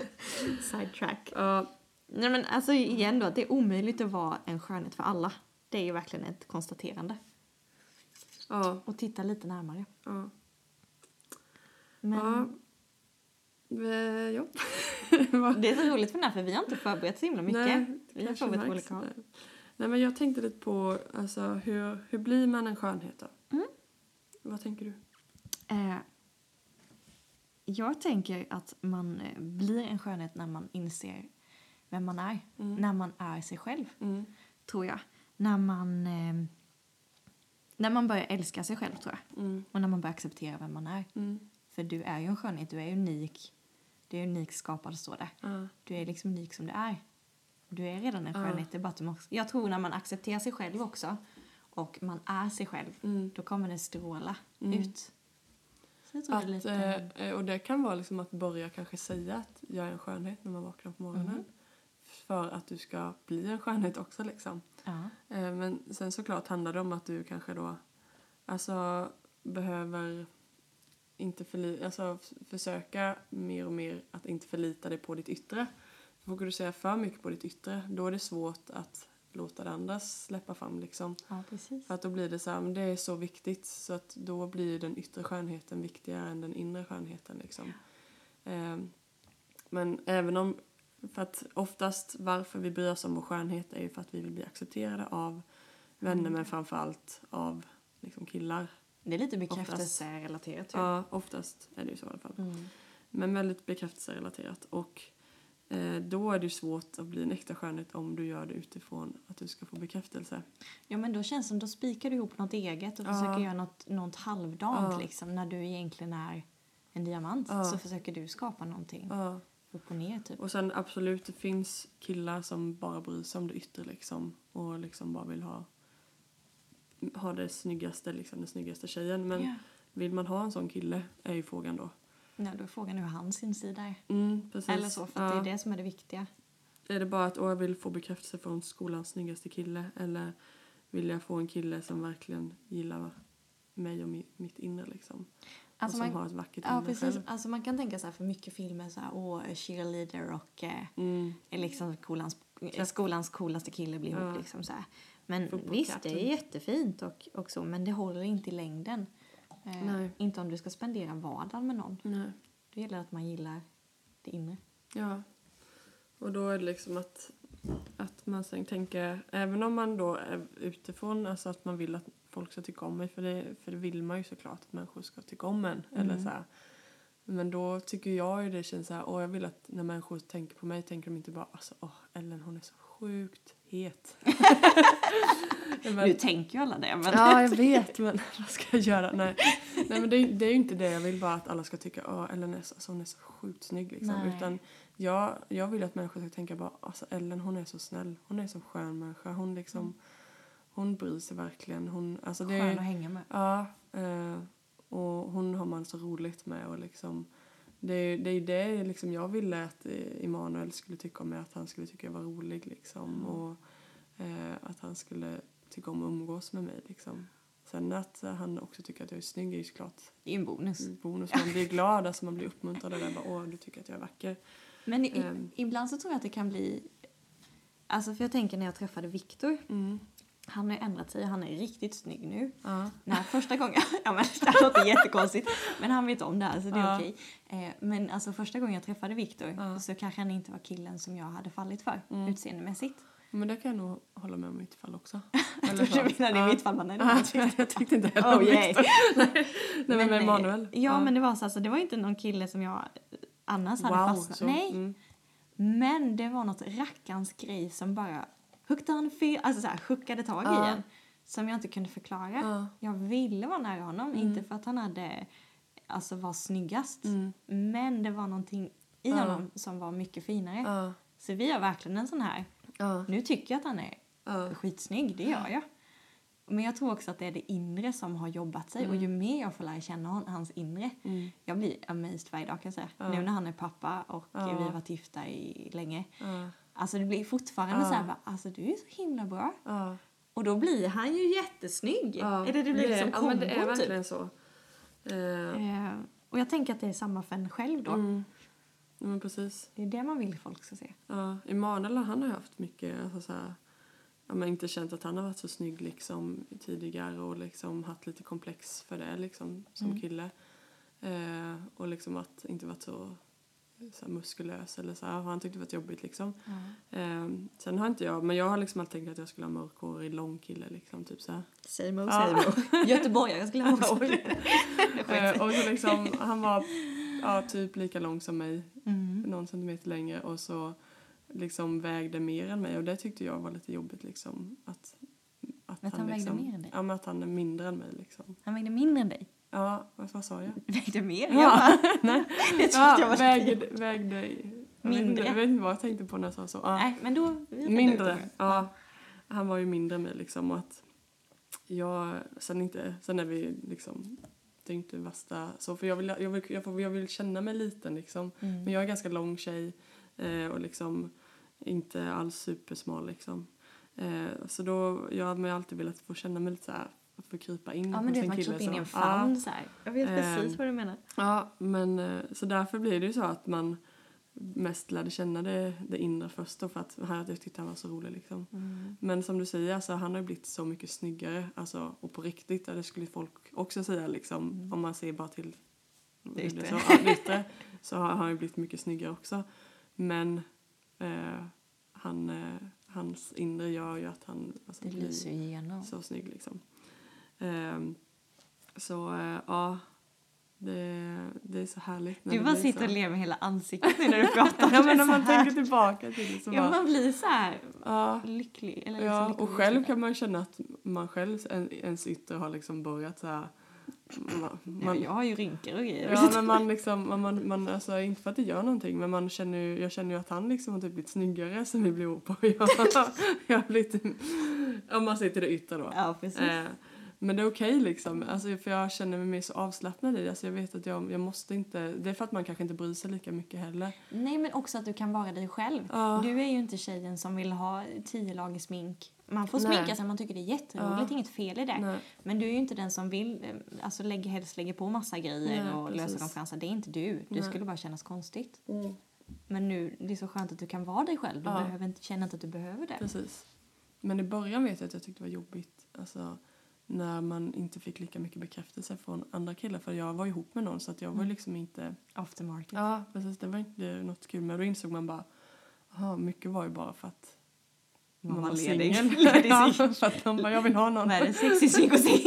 [SPEAKER 2] Sidetrack.
[SPEAKER 1] Ja,
[SPEAKER 2] Nej, men alltså igen då, att det är omöjligt att vara en skönhet för alla. Det är ju verkligen ett konstaterande.
[SPEAKER 1] ja,
[SPEAKER 2] Och titta lite närmare.
[SPEAKER 1] ja.
[SPEAKER 2] Men
[SPEAKER 1] Ja. Eh, ja. Vad-
[SPEAKER 2] [laughs] det är så roligt för den här, för vi har inte förberett så himla mycket.
[SPEAKER 1] Nej,
[SPEAKER 2] vi har
[SPEAKER 1] kanske
[SPEAKER 2] förberett
[SPEAKER 1] märks
[SPEAKER 2] olika
[SPEAKER 1] inte. Nej, men jag tänkte lite på alltså, hur, hur blir man en skönhet då?
[SPEAKER 2] Mm.
[SPEAKER 1] Vad tänker du?
[SPEAKER 2] Eh, jag tänker att man eh, blir en skönhet när man inser vem man är.
[SPEAKER 1] Mm.
[SPEAKER 2] När man är sig själv,
[SPEAKER 1] Mm.
[SPEAKER 2] tror jag. När man, eh, när man börjar älska sig själv, tror jag.
[SPEAKER 1] Mm.
[SPEAKER 2] Och när man börjar acceptera vem man är.
[SPEAKER 1] Mm.
[SPEAKER 2] För du är ju en skönhet, du är unik. Du är unikt skapad, står det.
[SPEAKER 1] Ja.
[SPEAKER 2] Du är liksom unik som du är. Du är redan
[SPEAKER 1] Ja.
[SPEAKER 2] en skönhet. Det är bara att du måste, jag tror när man accepterar sig själv också och man är sig själv,
[SPEAKER 1] Mm.
[SPEAKER 2] då kommer det stråla
[SPEAKER 1] Mm.
[SPEAKER 2] ut. Så jag tror det är
[SPEAKER 1] Att,
[SPEAKER 2] lite...
[SPEAKER 1] eh, eh, och det kan vara liksom att börja kanske säga att jag är en skönhet när man vaknar på morgonen.
[SPEAKER 2] Mhm.
[SPEAKER 1] För att du ska bli en skönhet också liksom.
[SPEAKER 2] Ja.
[SPEAKER 1] Eh, Men sen såklart handlar det om att du kanske då alltså, behöver inte förli- alltså, f- försöka mer och mer att inte förlita dig på ditt yttre. Fokuserar för mycket på ditt yttre, då är det svårt att låta det andra släppa fram. Liksom.
[SPEAKER 2] ja, precis.
[SPEAKER 1] För att då blir det så här, men det är så viktigt så att då blir den yttre skönheten viktigare än den inre skönheten. Liksom. Ehm, men även om, för att oftast varför vi bryr oss om vår skönhet är ju för att vi vill bli accepterade av vänner men framför allt av liksom, killar. typ.
[SPEAKER 2] Det är lite
[SPEAKER 1] Oftast.
[SPEAKER 2] bekräftelserelaterat. ju.
[SPEAKER 1] Ja, oftast är det ju så i alla fall.
[SPEAKER 2] Mm.
[SPEAKER 1] Men väldigt bekräftelserelaterat. Och eh, då är det ju svårt att bli en äkta skönhet om du gör det utifrån att du ska få bekräftelse.
[SPEAKER 2] Ja men då känns det som då spikar du ihop något eget och
[SPEAKER 1] Ja.
[SPEAKER 2] försöker göra något, något halvdant
[SPEAKER 1] Ja.
[SPEAKER 2] liksom när du egentligen är en diamant
[SPEAKER 1] Ja.
[SPEAKER 2] så försöker du skapa någonting
[SPEAKER 1] Ja.
[SPEAKER 2] upp och ner typ.
[SPEAKER 1] Och sen absolut, det finns killar som bara bryr sig om det yttre liksom och liksom bara vill ha ha det snyggaste, liksom den snyggaste tjejen. Men
[SPEAKER 2] Ja.
[SPEAKER 1] vill man ha en sån kille är ju frågan då.
[SPEAKER 2] Ja, då är frågan hur hans insida är.
[SPEAKER 1] Mm, precis.
[SPEAKER 2] Eller så, för att det är det som är det viktiga.
[SPEAKER 1] Är det bara att åh, jag vill få bekräftelse från skolans snyggaste kille eller vill jag få en kille som verkligen gillar mig och mi- mitt inre liksom?
[SPEAKER 2] Alltså
[SPEAKER 1] och som
[SPEAKER 2] man-
[SPEAKER 1] har ett vackert
[SPEAKER 2] Ja,
[SPEAKER 1] inre
[SPEAKER 2] precis.
[SPEAKER 1] själv.
[SPEAKER 2] Alltså man kan tänka så här för mycket filmer så här, åh, cheerleader och eh,
[SPEAKER 1] Mm.
[SPEAKER 2] är liksom skolans, eh, skolans coolaste kille blir ihop
[SPEAKER 1] Ja.
[SPEAKER 2] liksom så här. Men
[SPEAKER 1] Fotbollskapten.
[SPEAKER 2] visst, det är jättefint och, och så, men det håller inte i längden. Eh,
[SPEAKER 1] Nej.
[SPEAKER 2] Inte om du ska spendera vardagen med någon.
[SPEAKER 1] Nej.
[SPEAKER 2] Då gäller det att man gillar det inre.
[SPEAKER 1] Ja. Och då är det liksom att, att man sen tänker, även om man då är utifrån, alltså att man vill att folk ska tycka om mig, för det, för det vill man ju såklart att människor ska tycka om en. Eller så här. Men då tycker jag ju det känns så här, åh jag vill att när människor tänker på mig tänker de inte bara alltså åh Ellen hon är så sjukt het. Jag bara,
[SPEAKER 2] Nu tänker ju alla det, men
[SPEAKER 1] Ja,
[SPEAKER 2] [laughs]
[SPEAKER 1] jag vet, men [laughs] vad ska jag göra? Nej, Nej men det, det är ju inte det jag vill bara att alla ska tycka att Ellen är så, alltså, hon är så sjukt snygg. Liksom.
[SPEAKER 2] Nej.
[SPEAKER 1] Utan jag, jag vill att människor ska tänka bara alltså Ellen hon är så snäll, hon är så skön människa. Hon, liksom,
[SPEAKER 2] Mm.
[SPEAKER 1] hon bryr sig verkligen. Hon, alltså, det,
[SPEAKER 2] skön att hänga med.
[SPEAKER 1] Ja, eh, och hon har man så roligt med. Och liksom, det är ju det, är ju det liksom jag ville att eh, Emanuel skulle tycka om mig, att han skulle tycka jag var rolig. Liksom,
[SPEAKER 2] Mm.
[SPEAKER 1] Och eh, att han skulle tycka om att umgås med mig. Liksom. Sen att eh, han också tycker att jag är snygg är ju såklart
[SPEAKER 2] Det är ju en bonus.
[SPEAKER 1] bonus. Man blir glad, alltså man blir uppmuntrad av det. Bara, Åh, du tycker att jag är vacker.
[SPEAKER 2] Men i,
[SPEAKER 1] Ehm.
[SPEAKER 2] ibland så tror jag att det kan bli... Alltså för jag tänker när jag träffade Viktor.
[SPEAKER 1] Mm.
[SPEAKER 2] Han har ju ändrat sig, han är riktigt snygg nu.
[SPEAKER 1] Ja.
[SPEAKER 2] När första gången, [laughs] ja men det här låter jättekonstigt, men han vet om det här så det är
[SPEAKER 1] Ja.
[SPEAKER 2] okej. Eh, men alltså första gången jag träffade Viktor
[SPEAKER 1] Ja. Mm.
[SPEAKER 2] så kanske han inte var killen som jag hade fallit för utseendemässigt.
[SPEAKER 1] Men det kan jag nog hålla med om i mitt fall också.
[SPEAKER 2] [laughs] Jag tror du menar det i mitt fall, men nej, det var
[SPEAKER 1] Ja.
[SPEAKER 2] inte
[SPEAKER 1] Ja, [laughs] jag tyckte inte heller
[SPEAKER 2] Oh,
[SPEAKER 1] om
[SPEAKER 2] yay.
[SPEAKER 1] Viktor. [laughs] Nej, Nej, men med
[SPEAKER 2] eh,
[SPEAKER 1] Emanuel.
[SPEAKER 2] Ja, men det var så alltså, det var inte någon kille som jag annars hade
[SPEAKER 1] Wow,
[SPEAKER 2] fastnat.
[SPEAKER 1] så,
[SPEAKER 2] Nej.
[SPEAKER 1] mm.
[SPEAKER 2] Men det var något rackans grej som bara hookade han fel, alltså så här, hookade tag
[SPEAKER 1] Ja.
[SPEAKER 2] i en. Som jag inte kunde förklara.
[SPEAKER 1] Ja.
[SPEAKER 2] Jag ville vara nära honom, inte för att han hade, alltså var snyggast.
[SPEAKER 1] Mm.
[SPEAKER 2] Men det var någonting i
[SPEAKER 1] Ja.
[SPEAKER 2] honom som var mycket finare.
[SPEAKER 1] Ja,
[SPEAKER 2] Så vi har verkligen en sån här,
[SPEAKER 1] ja,
[SPEAKER 2] nu tycker jag att han är
[SPEAKER 1] ja.
[SPEAKER 2] skitsnygg, det gör jag. Men jag tror också att det är det inre som har jobbat sig och ju
[SPEAKER 1] Mm.
[SPEAKER 2] mer jag får lära känna hon, hans inre, jag blir amazed varje dag kan jag säga. Nu när han är pappa och
[SPEAKER 1] Ja.
[SPEAKER 2] vi har varit gifta i länge.
[SPEAKER 1] Ja.
[SPEAKER 2] Alltså det blir fortfarande
[SPEAKER 1] Ja.
[SPEAKER 2] så här, bara, alltså du är så himla bra.
[SPEAKER 1] ja.
[SPEAKER 2] Och då blir han ju jättesnygg.
[SPEAKER 1] ja.
[SPEAKER 2] Eller det blir liksom
[SPEAKER 1] ja, men det är
[SPEAKER 2] kombon, typ.
[SPEAKER 1] verkligen så. Eh,
[SPEAKER 2] Eh, och jag tänker att det är samma för en själv då.
[SPEAKER 1] mm. Ja, men precis.
[SPEAKER 2] Det är det man vill folk ska se.
[SPEAKER 1] Ja, Emanuel han har ju haft mycket, alltså så här, ja, men inte känt att han har varit så snygg liksom tidigare och liksom haft lite komplex för det liksom som
[SPEAKER 2] Mm.
[SPEAKER 1] kille. Eh, och liksom att inte varit så, så här, muskulös eller så här, och han tyckte det var jobbigt liksom. Eh, sen har inte jag, men jag har liksom alltid tänkt att jag skulle ha mörkhårig lång kille liksom typ så här.
[SPEAKER 2] Same old,
[SPEAKER 1] Ja.
[SPEAKER 2] same old. [laughs] Göteborgare
[SPEAKER 1] [laughs]
[SPEAKER 2] skulle jag också
[SPEAKER 1] Oj.
[SPEAKER 2] Jag skämtar.
[SPEAKER 1] Eh, och så
[SPEAKER 2] [laughs]
[SPEAKER 1] liksom, han var ja, typ lika lång som mig,
[SPEAKER 2] Mm.
[SPEAKER 1] någon centimeter längre och så liksom vägde mer än mig och det tyckte jag var lite jobbigt liksom. Att, att,
[SPEAKER 2] Att han vägde
[SPEAKER 1] liksom,
[SPEAKER 2] mer än dig?
[SPEAKER 1] Ja, men att han är mindre än mig liksom.
[SPEAKER 2] Han vägde mindre än dig.
[SPEAKER 1] Ja, vad, vad sa jag?
[SPEAKER 2] Vägde mer? Ja.
[SPEAKER 1] [laughs]
[SPEAKER 2] Jag, bara, [laughs] jag trodde jag
[SPEAKER 1] Ja,
[SPEAKER 2] var typ-
[SPEAKER 1] vägde, vägde... Jag vet, inte,
[SPEAKER 2] Mindre.
[SPEAKER 1] jag vet inte vad jag tänkte på när jag sa så. Ja.
[SPEAKER 2] Nej, men då... vi redde ut
[SPEAKER 1] Mindre,
[SPEAKER 2] det.
[SPEAKER 1] ja. Han var ju mindre än mig liksom och att jag, sen inte, sen är vi liksom, det är inte värsta så för jag vill, jag vill, jag får, jag vill känna mig liten liksom.
[SPEAKER 2] Mm.
[SPEAKER 1] Men jag är ganska lång tjej eh, och liksom inte alls supersmal liksom. Eh, så då, jag har ju alltid velat få känna mig lite såhär, få krypa in
[SPEAKER 2] Ja, men
[SPEAKER 1] hos
[SPEAKER 2] du
[SPEAKER 1] en
[SPEAKER 2] vet, man
[SPEAKER 1] kille
[SPEAKER 2] kryper in i
[SPEAKER 1] så.
[SPEAKER 2] en
[SPEAKER 1] Ja.
[SPEAKER 2] famn så här. Jag vet precis
[SPEAKER 1] Ehm.
[SPEAKER 2] vad du menar.
[SPEAKER 1] Ja, men eh, så därför blir det ju så att man mest lärde känna det, det inre först då för att han, jag tyckte han var så rolig liksom.
[SPEAKER 2] Mm.
[SPEAKER 1] Men som du säger, alltså, han har ju blivit så mycket snyggare alltså, och på riktigt, ja, det skulle folk också säga liksom om man ser bara till
[SPEAKER 2] Mm. Det yttre.
[SPEAKER 1] Så, ja, det yttre, [laughs] så har han ju blivit mycket snyggare också. Men eh, han, eh, hans inre gör ju att han alltså,
[SPEAKER 2] Det
[SPEAKER 1] blir-
[SPEAKER 2] lyser ju igenom.
[SPEAKER 1] så snygg liksom. Ehm, så eh, ja, Det, det är så härligt. när
[SPEAKER 2] Du
[SPEAKER 1] det
[SPEAKER 2] bara
[SPEAKER 1] blir
[SPEAKER 2] sitter
[SPEAKER 1] så.
[SPEAKER 2] och ler med hela ansiktet nu när du pratar om
[SPEAKER 1] [laughs] Ja men när
[SPEAKER 2] det
[SPEAKER 1] man
[SPEAKER 2] så här.
[SPEAKER 1] tänker tillbaka till det så
[SPEAKER 2] Ja,
[SPEAKER 1] bara,
[SPEAKER 2] man blir så här
[SPEAKER 1] ja,
[SPEAKER 2] lycklig. Eller liksom
[SPEAKER 1] ja,
[SPEAKER 2] lycklig
[SPEAKER 1] och själv kan man känna att man själv, en- ens yttre har liksom börjat så här. Man,
[SPEAKER 2] man...
[SPEAKER 1] man,
[SPEAKER 2] Jag har ju rynkor och grejer.
[SPEAKER 1] ja men man liksom, man- man, man, alltså inte för att det gör någonting men man känner ju, jag känner ju att han liksom har typ blivit snyggare sen vi blev ihop och jag, [laughs] jag har blivit, om man ser till det yttre då.
[SPEAKER 2] [laughs] Ja, precis.
[SPEAKER 1] Eh, men det är okej liksom. Alltså, för jag känner mig så avslappnad i det. Alltså, jag vet att jag, jag måste inte... Det är för att man kanske inte bryr sig lika mycket heller.
[SPEAKER 2] Nej, men också att du kan vara dig själv.
[SPEAKER 1] Ja.
[SPEAKER 2] Du är ju inte tjejen som vill ha tio lager smink. Man får
[SPEAKER 1] Nej.
[SPEAKER 2] sminka sig, man tycker det är
[SPEAKER 1] Ja.
[SPEAKER 2] jätteroligt, inget fel i det.
[SPEAKER 1] Nej.
[SPEAKER 2] Men du är ju inte den som vill, eh, alltså lägger, helst lägger på massa grejer
[SPEAKER 1] Nej,
[SPEAKER 2] och
[SPEAKER 1] precis.
[SPEAKER 2] lösögonfransar. Det är inte du. Du
[SPEAKER 1] Nej.
[SPEAKER 2] skulle bara kännas konstigt.
[SPEAKER 1] Mm.
[SPEAKER 2] Men nu, det är så skönt att du kan vara dig själv. Du
[SPEAKER 1] Ja.
[SPEAKER 2] behöver inte, känner inte att du behöver det.
[SPEAKER 1] Precis. Men i början vet jag att jag tyckte det var jobbigt. Alltså, när man inte fick lika mycket bekräftelse från andra killar. För jag var ihop med någon så att jag var liksom inte...
[SPEAKER 2] Aftermarket.
[SPEAKER 1] Ja, precis. Det var inte något kul. Men då insåg man bara... Aha, mycket var ju bara för att man, var [laughs]
[SPEAKER 2] ledig.
[SPEAKER 1] singel.
[SPEAKER 2] Ledig
[SPEAKER 1] ja,
[SPEAKER 2] singel.
[SPEAKER 1] för att de bara, jag vill ha någon.
[SPEAKER 2] Vad är det? Sexig, snygg
[SPEAKER 1] [laughs]
[SPEAKER 2] och singel?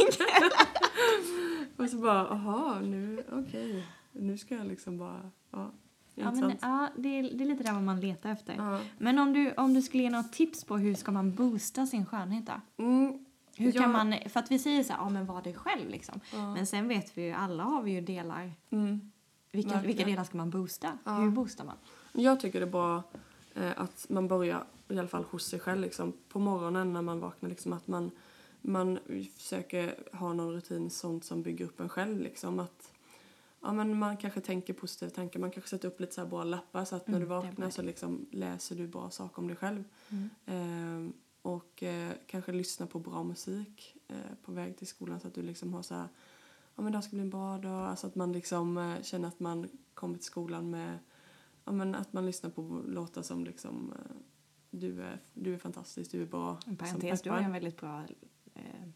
[SPEAKER 1] Och så bara, aha, nu, okej. Nu ska jag liksom bara, ja.
[SPEAKER 2] Ja, men,
[SPEAKER 1] intressant.
[SPEAKER 2] ja det, är, det är lite där vad man letar efter.
[SPEAKER 1] Ja.
[SPEAKER 2] Men om du, om du skulle ge några tips på hur ska man boosta sin skönhet då?
[SPEAKER 1] Mm,
[SPEAKER 2] Hur
[SPEAKER 1] Ja.
[SPEAKER 2] kan man, för att vi säger så här, ja men var dig själv liksom.
[SPEAKER 1] Ja.
[SPEAKER 2] Men sen vet vi ju, alla har vi ju delar.
[SPEAKER 1] mm.
[SPEAKER 2] Vilka,
[SPEAKER 1] Verkligen.
[SPEAKER 2] vilka delar ska man boosta?
[SPEAKER 1] Ja.
[SPEAKER 2] Hur boostar man?
[SPEAKER 1] Jag tycker det är bra eh, att man börjar, i alla fall hos sig själv, liksom, på morgonen när man vaknar. Liksom, att man, man försöker ha någon rutin, sånt som bygger upp en själv. Liksom, att, ja, men man kanske tänker positiva tankar, man kanske sätter upp lite så här bra lappar så att när
[SPEAKER 2] Mm,
[SPEAKER 1] du
[SPEAKER 2] det är
[SPEAKER 1] vaknar
[SPEAKER 2] bra.
[SPEAKER 1] så liksom läser du bra saker om dig själv.
[SPEAKER 2] Mm.
[SPEAKER 1] Ehm, och eh, kanske lyssna på bra musik eh, på väg till skolan så att du liksom har så här, ja men det här ska bli en bra dag. Alltså att man liksom eh, känner att man kommer till skolan med, ja men att man lyssnar på låtar som liksom eh, du är, du är fantastisk, du är bra.
[SPEAKER 2] En
[SPEAKER 1] som
[SPEAKER 2] parentes, du har
[SPEAKER 1] peppar.
[SPEAKER 2] ju en väldigt bra eh,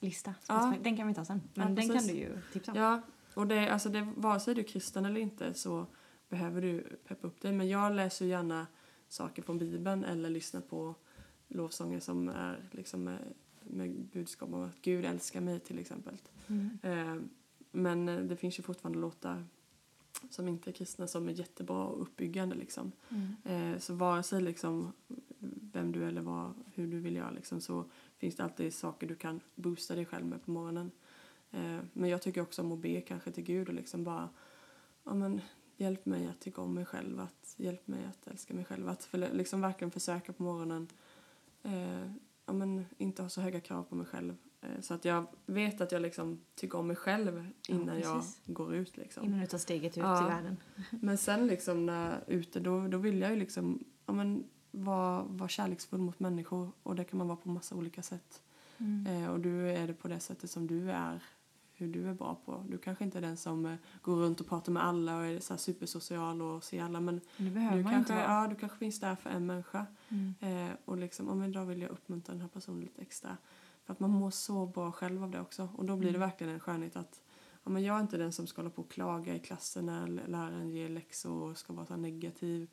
[SPEAKER 2] lista. Alltså,
[SPEAKER 1] Ja.
[SPEAKER 2] Den kan vi ta sen. Men
[SPEAKER 1] Ja,
[SPEAKER 2] den kan
[SPEAKER 1] precis.
[SPEAKER 2] du ju tipsa om.
[SPEAKER 1] Ja, och det, alltså det, vare sig du är kristen eller inte så behöver du peppa upp dig. Men jag läser ju gärna saker från Bibeln eller lyssnar på lovsånger som är liksom med, med budskap om att Gud älskar mig till exempel.
[SPEAKER 2] Mm.
[SPEAKER 1] Eh, men eh, det finns ju fortfarande låtar som inte är kristna som är jättebra och uppbyggande liksom.
[SPEAKER 2] Mm.
[SPEAKER 1] Eh, så vare sig liksom vem du är eller vad, hur du vill göra liksom, så finns det alltid saker du kan boosta dig själv med på morgonen. Eh, men jag tycker också om att be kanske till Gud och liksom bara ja, men, hjälp mig att tycka om mig själv, att, hjälp mig att älska mig själv. Att för, liksom verkligen försöka på morgonen eh, ja, men, inte ha så höga krav på mig själv. Eh, så att jag vet att jag liksom tycker om mig själv
[SPEAKER 2] Ja,
[SPEAKER 1] innan jag
[SPEAKER 2] precis.
[SPEAKER 1] går ut. Liksom.
[SPEAKER 2] Innan du tar steget ut
[SPEAKER 1] Ja.
[SPEAKER 2] i världen.
[SPEAKER 1] Men sen liksom när jag är ute då, då vill jag ju liksom ja, men, vara, vara kärleksfull mot människor och det kan man vara på massa olika sätt.
[SPEAKER 2] Mm.
[SPEAKER 1] Eh, och du är det på det sättet som du är, hur du är bra på. Du kanske inte är den som eh, går runt och pratar med alla och är så här supersocial och ser alla men
[SPEAKER 2] Men Det behöver
[SPEAKER 1] du
[SPEAKER 2] man
[SPEAKER 1] kanske,
[SPEAKER 2] inte vara.
[SPEAKER 1] ja, du kanske finns där för en människa.
[SPEAKER 2] Mm.
[SPEAKER 1] Eh, och liksom, ja, men då vill jag uppmuntra den här personen lite extra. För att man mår så bra själv av det också. Och då blir det verkligen en skönhet att ja, men jag är inte den som ska hålla på och klaga i klassen när l- läraren ger läxor och ska vara så här negativ.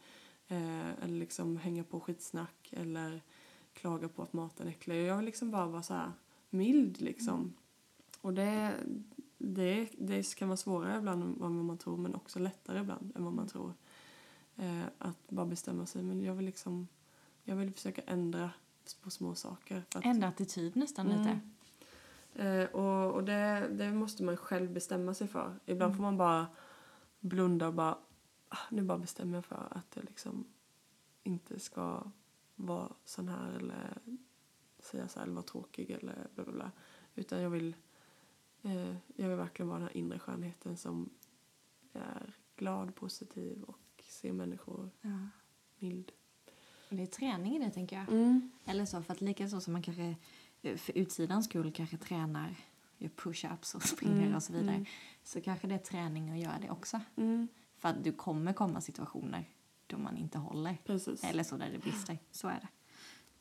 [SPEAKER 1] Eh, eller liksom hänga på skitsnack eller klaga på att maten är äcklig. Jag vill liksom bara vara så här mild liksom. Och det, det, det kan vara svårare ibland än vad man tror men också lättare ibland än vad man tror. Eh, att bara bestämma sig. Men jag vill liksom, jag vill försöka ändra på små saker. För att,
[SPEAKER 2] Ändra attityd nästan
[SPEAKER 1] Mm.
[SPEAKER 2] lite.
[SPEAKER 1] Eh, och och det, det måste man själv bestämma sig för. Ibland
[SPEAKER 2] Mm.
[SPEAKER 1] får man bara blunda och bara, "Ah, nu bara bestämmer jag för att jag liksom inte ska vara sån här eller säga så här eller vara tråkig eller bla bla bla. Utan jag vill, eh, jag vill verkligen vara den här inre skönheten som är glad, positiv och ser människor
[SPEAKER 2] Ja.
[SPEAKER 1] mild.
[SPEAKER 2] Det är träning i det tänker
[SPEAKER 1] Mm.
[SPEAKER 2] jag. Eller så, för att lika så som man kanske eh, för utsidans skull kanske tränar, gör push-ups och [laughs] springer
[SPEAKER 1] Mm,
[SPEAKER 2] och så vidare.
[SPEAKER 1] mm.
[SPEAKER 2] Så kanske det är träning att göra det också.
[SPEAKER 1] Mm.
[SPEAKER 2] För att du kommer komma situationer då man inte håller.
[SPEAKER 1] Precis.
[SPEAKER 2] Eller så där det brister. Så är det.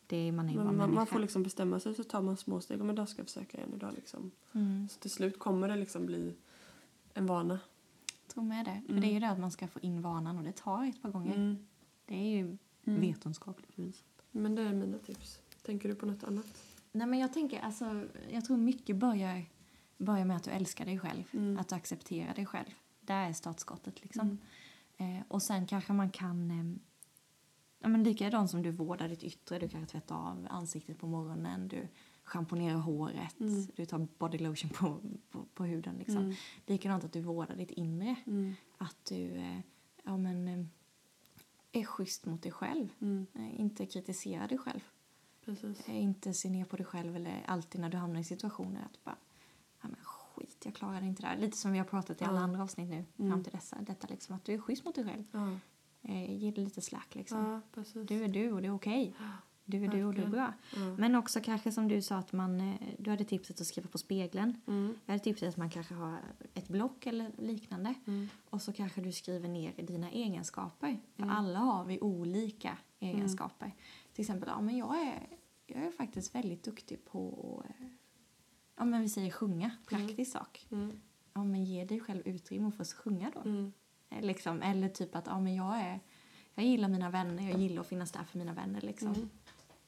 [SPEAKER 2] det är man är ju bara
[SPEAKER 1] Men man, man
[SPEAKER 2] människa.
[SPEAKER 1] får liksom bestämma sig så tar man små steg. Men idag ska jag försöka igen idag liksom.
[SPEAKER 2] mm.
[SPEAKER 1] Så till slut kommer det liksom bli en vana.
[SPEAKER 2] Jag tror med det. För det är ju det att man ska få in vanan och det tar ett par gånger.
[SPEAKER 1] Mm.
[SPEAKER 2] Det är ju vetenskapligt bevisat.
[SPEAKER 1] Men det är mina tips. Tänker du på något annat?
[SPEAKER 2] Nej men jag tänker alltså, jag tror mycket börjar Börja med att du älskar dig själv, att du accepterar dig själv. Där är startskottet liksom. Eh, och sen kanske man kan eh, Ja, men likadant som du vårdar ditt yttre, du kanske tvättar av ansiktet på morgonen, du schamponerar håret, du tar body lotion på, på, på huden. Liksom. Likadant att du vårdar ditt inre.
[SPEAKER 1] Mm.
[SPEAKER 2] Att du eh, ja, men, eh, är schysst mot dig själv, eh, inte kritiserar dig själv.
[SPEAKER 1] Mm. Precis.
[SPEAKER 2] Eh, inte ser ner på dig själv eller alltid när du hamnar i situationer att bara ja, men skit, jag klarar inte det här. Lite som vi har pratat i alla
[SPEAKER 1] Ja.
[SPEAKER 2] andra avsnitt nu fram till dessa, detta liksom att du är schysst mot dig själv.
[SPEAKER 1] Ja.
[SPEAKER 2] Eh, ge dig lite slack liksom.
[SPEAKER 1] ja, precis.
[SPEAKER 2] Du är du och det är okej. Du är du och du är
[SPEAKER 1] Verkligen. Mm.
[SPEAKER 2] bra.
[SPEAKER 1] Ja.
[SPEAKER 2] Men också kanske som du sa att man, eh, du hade tipset att skriva på spegeln.
[SPEAKER 1] Mm.
[SPEAKER 2] Jag hade tipset att man kanske har ett block eller liknande.
[SPEAKER 1] Mm.
[SPEAKER 2] Och så kanske du skriver ner dina egenskaper. För
[SPEAKER 1] Mm.
[SPEAKER 2] alla har vi olika egenskaper. Till exempel, ja men jag är, jag är faktiskt väldigt duktig på, eh, ja men vi säger sjunga, praktisk sak.
[SPEAKER 1] Mm.
[SPEAKER 2] Ja men ge dig själv utrymme att få sjunga då.
[SPEAKER 1] Mm.
[SPEAKER 2] Eh, Liksom, eller typ att ja, men jag, är, jag gillar mina vänner, jag gillar att finnas där för mina vänner. Liksom.
[SPEAKER 1] Mm.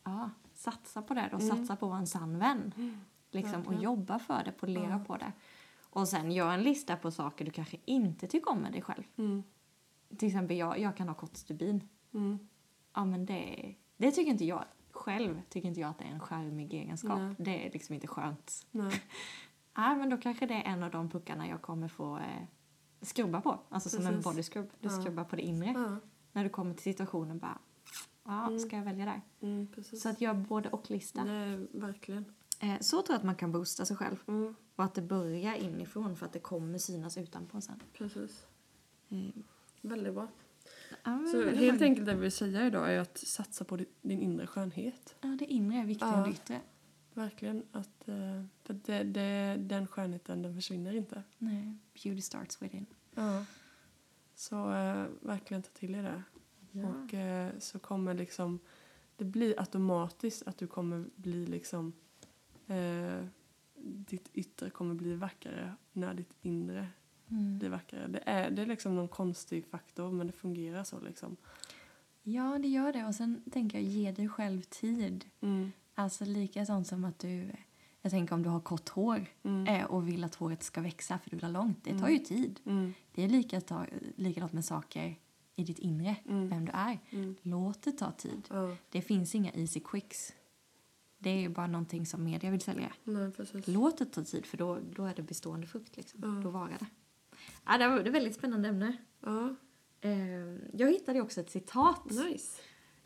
[SPEAKER 2] Ja, satsa på det då, satsa på att vara en sann vän. Liksom, och jobba för det, polera på det. Och sen gör en lista på saker du kanske inte tycker om med dig själv.
[SPEAKER 1] Mm.
[SPEAKER 2] Till exempel jag, jag kan ha kort stubin.
[SPEAKER 1] Mm.
[SPEAKER 2] Ja, men det, det tycker inte jag själv tycker inte jag att det är en charmig egenskap.
[SPEAKER 1] Nej.
[SPEAKER 2] Det är liksom inte skönt.
[SPEAKER 1] Nej.
[SPEAKER 2] [laughs] Nej, men då kanske det är en av de puckarna jag kommer få eh, skrubba på. Alltså som en
[SPEAKER 1] Precis.
[SPEAKER 2] body scrub. Du skrubbar på det inre.
[SPEAKER 1] Ja.
[SPEAKER 2] När du kommer till situationen bara, ja, ska jag välja där?
[SPEAKER 1] Mm, precis.
[SPEAKER 2] Så att göra både och-lista.
[SPEAKER 1] Nej, verkligen.
[SPEAKER 2] Eh, så tror jag att man kan boosta sig själv.
[SPEAKER 1] Mm.
[SPEAKER 2] Och att det börjar inifrån för att det kommer synas utanpå sen.
[SPEAKER 1] Precis.
[SPEAKER 2] Mm.
[SPEAKER 1] Väldigt bra.
[SPEAKER 2] Ja, men
[SPEAKER 1] Eh, Så
[SPEAKER 2] det
[SPEAKER 1] helt
[SPEAKER 2] var-
[SPEAKER 1] enkelt det vi vill säga idag är att satsa på di- din inre skönhet.
[SPEAKER 2] Ja, det inre är viktigare
[SPEAKER 1] Ja.
[SPEAKER 2] än det yttre.
[SPEAKER 1] Verkligen. Att, eh, för att det, det, den skönheten den försvinner inte.
[SPEAKER 2] Nej, beauty starts within.
[SPEAKER 1] Ja. Så eh, verkligen ta till er det. Och eh, så kommer liksom, det blir automatiskt att du kommer bli liksom, eh, ditt yttre kommer bli vackrare när ditt inre
[SPEAKER 2] Mm.
[SPEAKER 1] blir vackrare. Det är, det är liksom någon konstig faktor men det fungerar så liksom.
[SPEAKER 2] Ja, det gör det. Och sen tänker jag, ge dig själv tid.
[SPEAKER 1] Mm.
[SPEAKER 2] Alltså likadant som att du, jag tänker om du har kort hår
[SPEAKER 1] Mm.
[SPEAKER 2] eh, och vill att håret ska växa för du vill ha långt. Det tar ju tid.
[SPEAKER 1] Mm.
[SPEAKER 2] Det är likadant, likadant med saker i ditt inre,
[SPEAKER 1] Mm.
[SPEAKER 2] vem du är.
[SPEAKER 1] Mm.
[SPEAKER 2] Låt det ta tid.
[SPEAKER 1] Ja,
[SPEAKER 2] Det finns inga easy quicks. Det är ju bara någonting som media vill sälja.
[SPEAKER 1] nej precis.
[SPEAKER 2] Låt det ta tid, för då, då är det bestående frukt. Liksom.
[SPEAKER 1] Ja.
[SPEAKER 2] Då varar det. Ja, det var ett väldigt spännande ämne.
[SPEAKER 1] Ja,
[SPEAKER 2] Eh, Jag hittade också ett citat.
[SPEAKER 1] nice.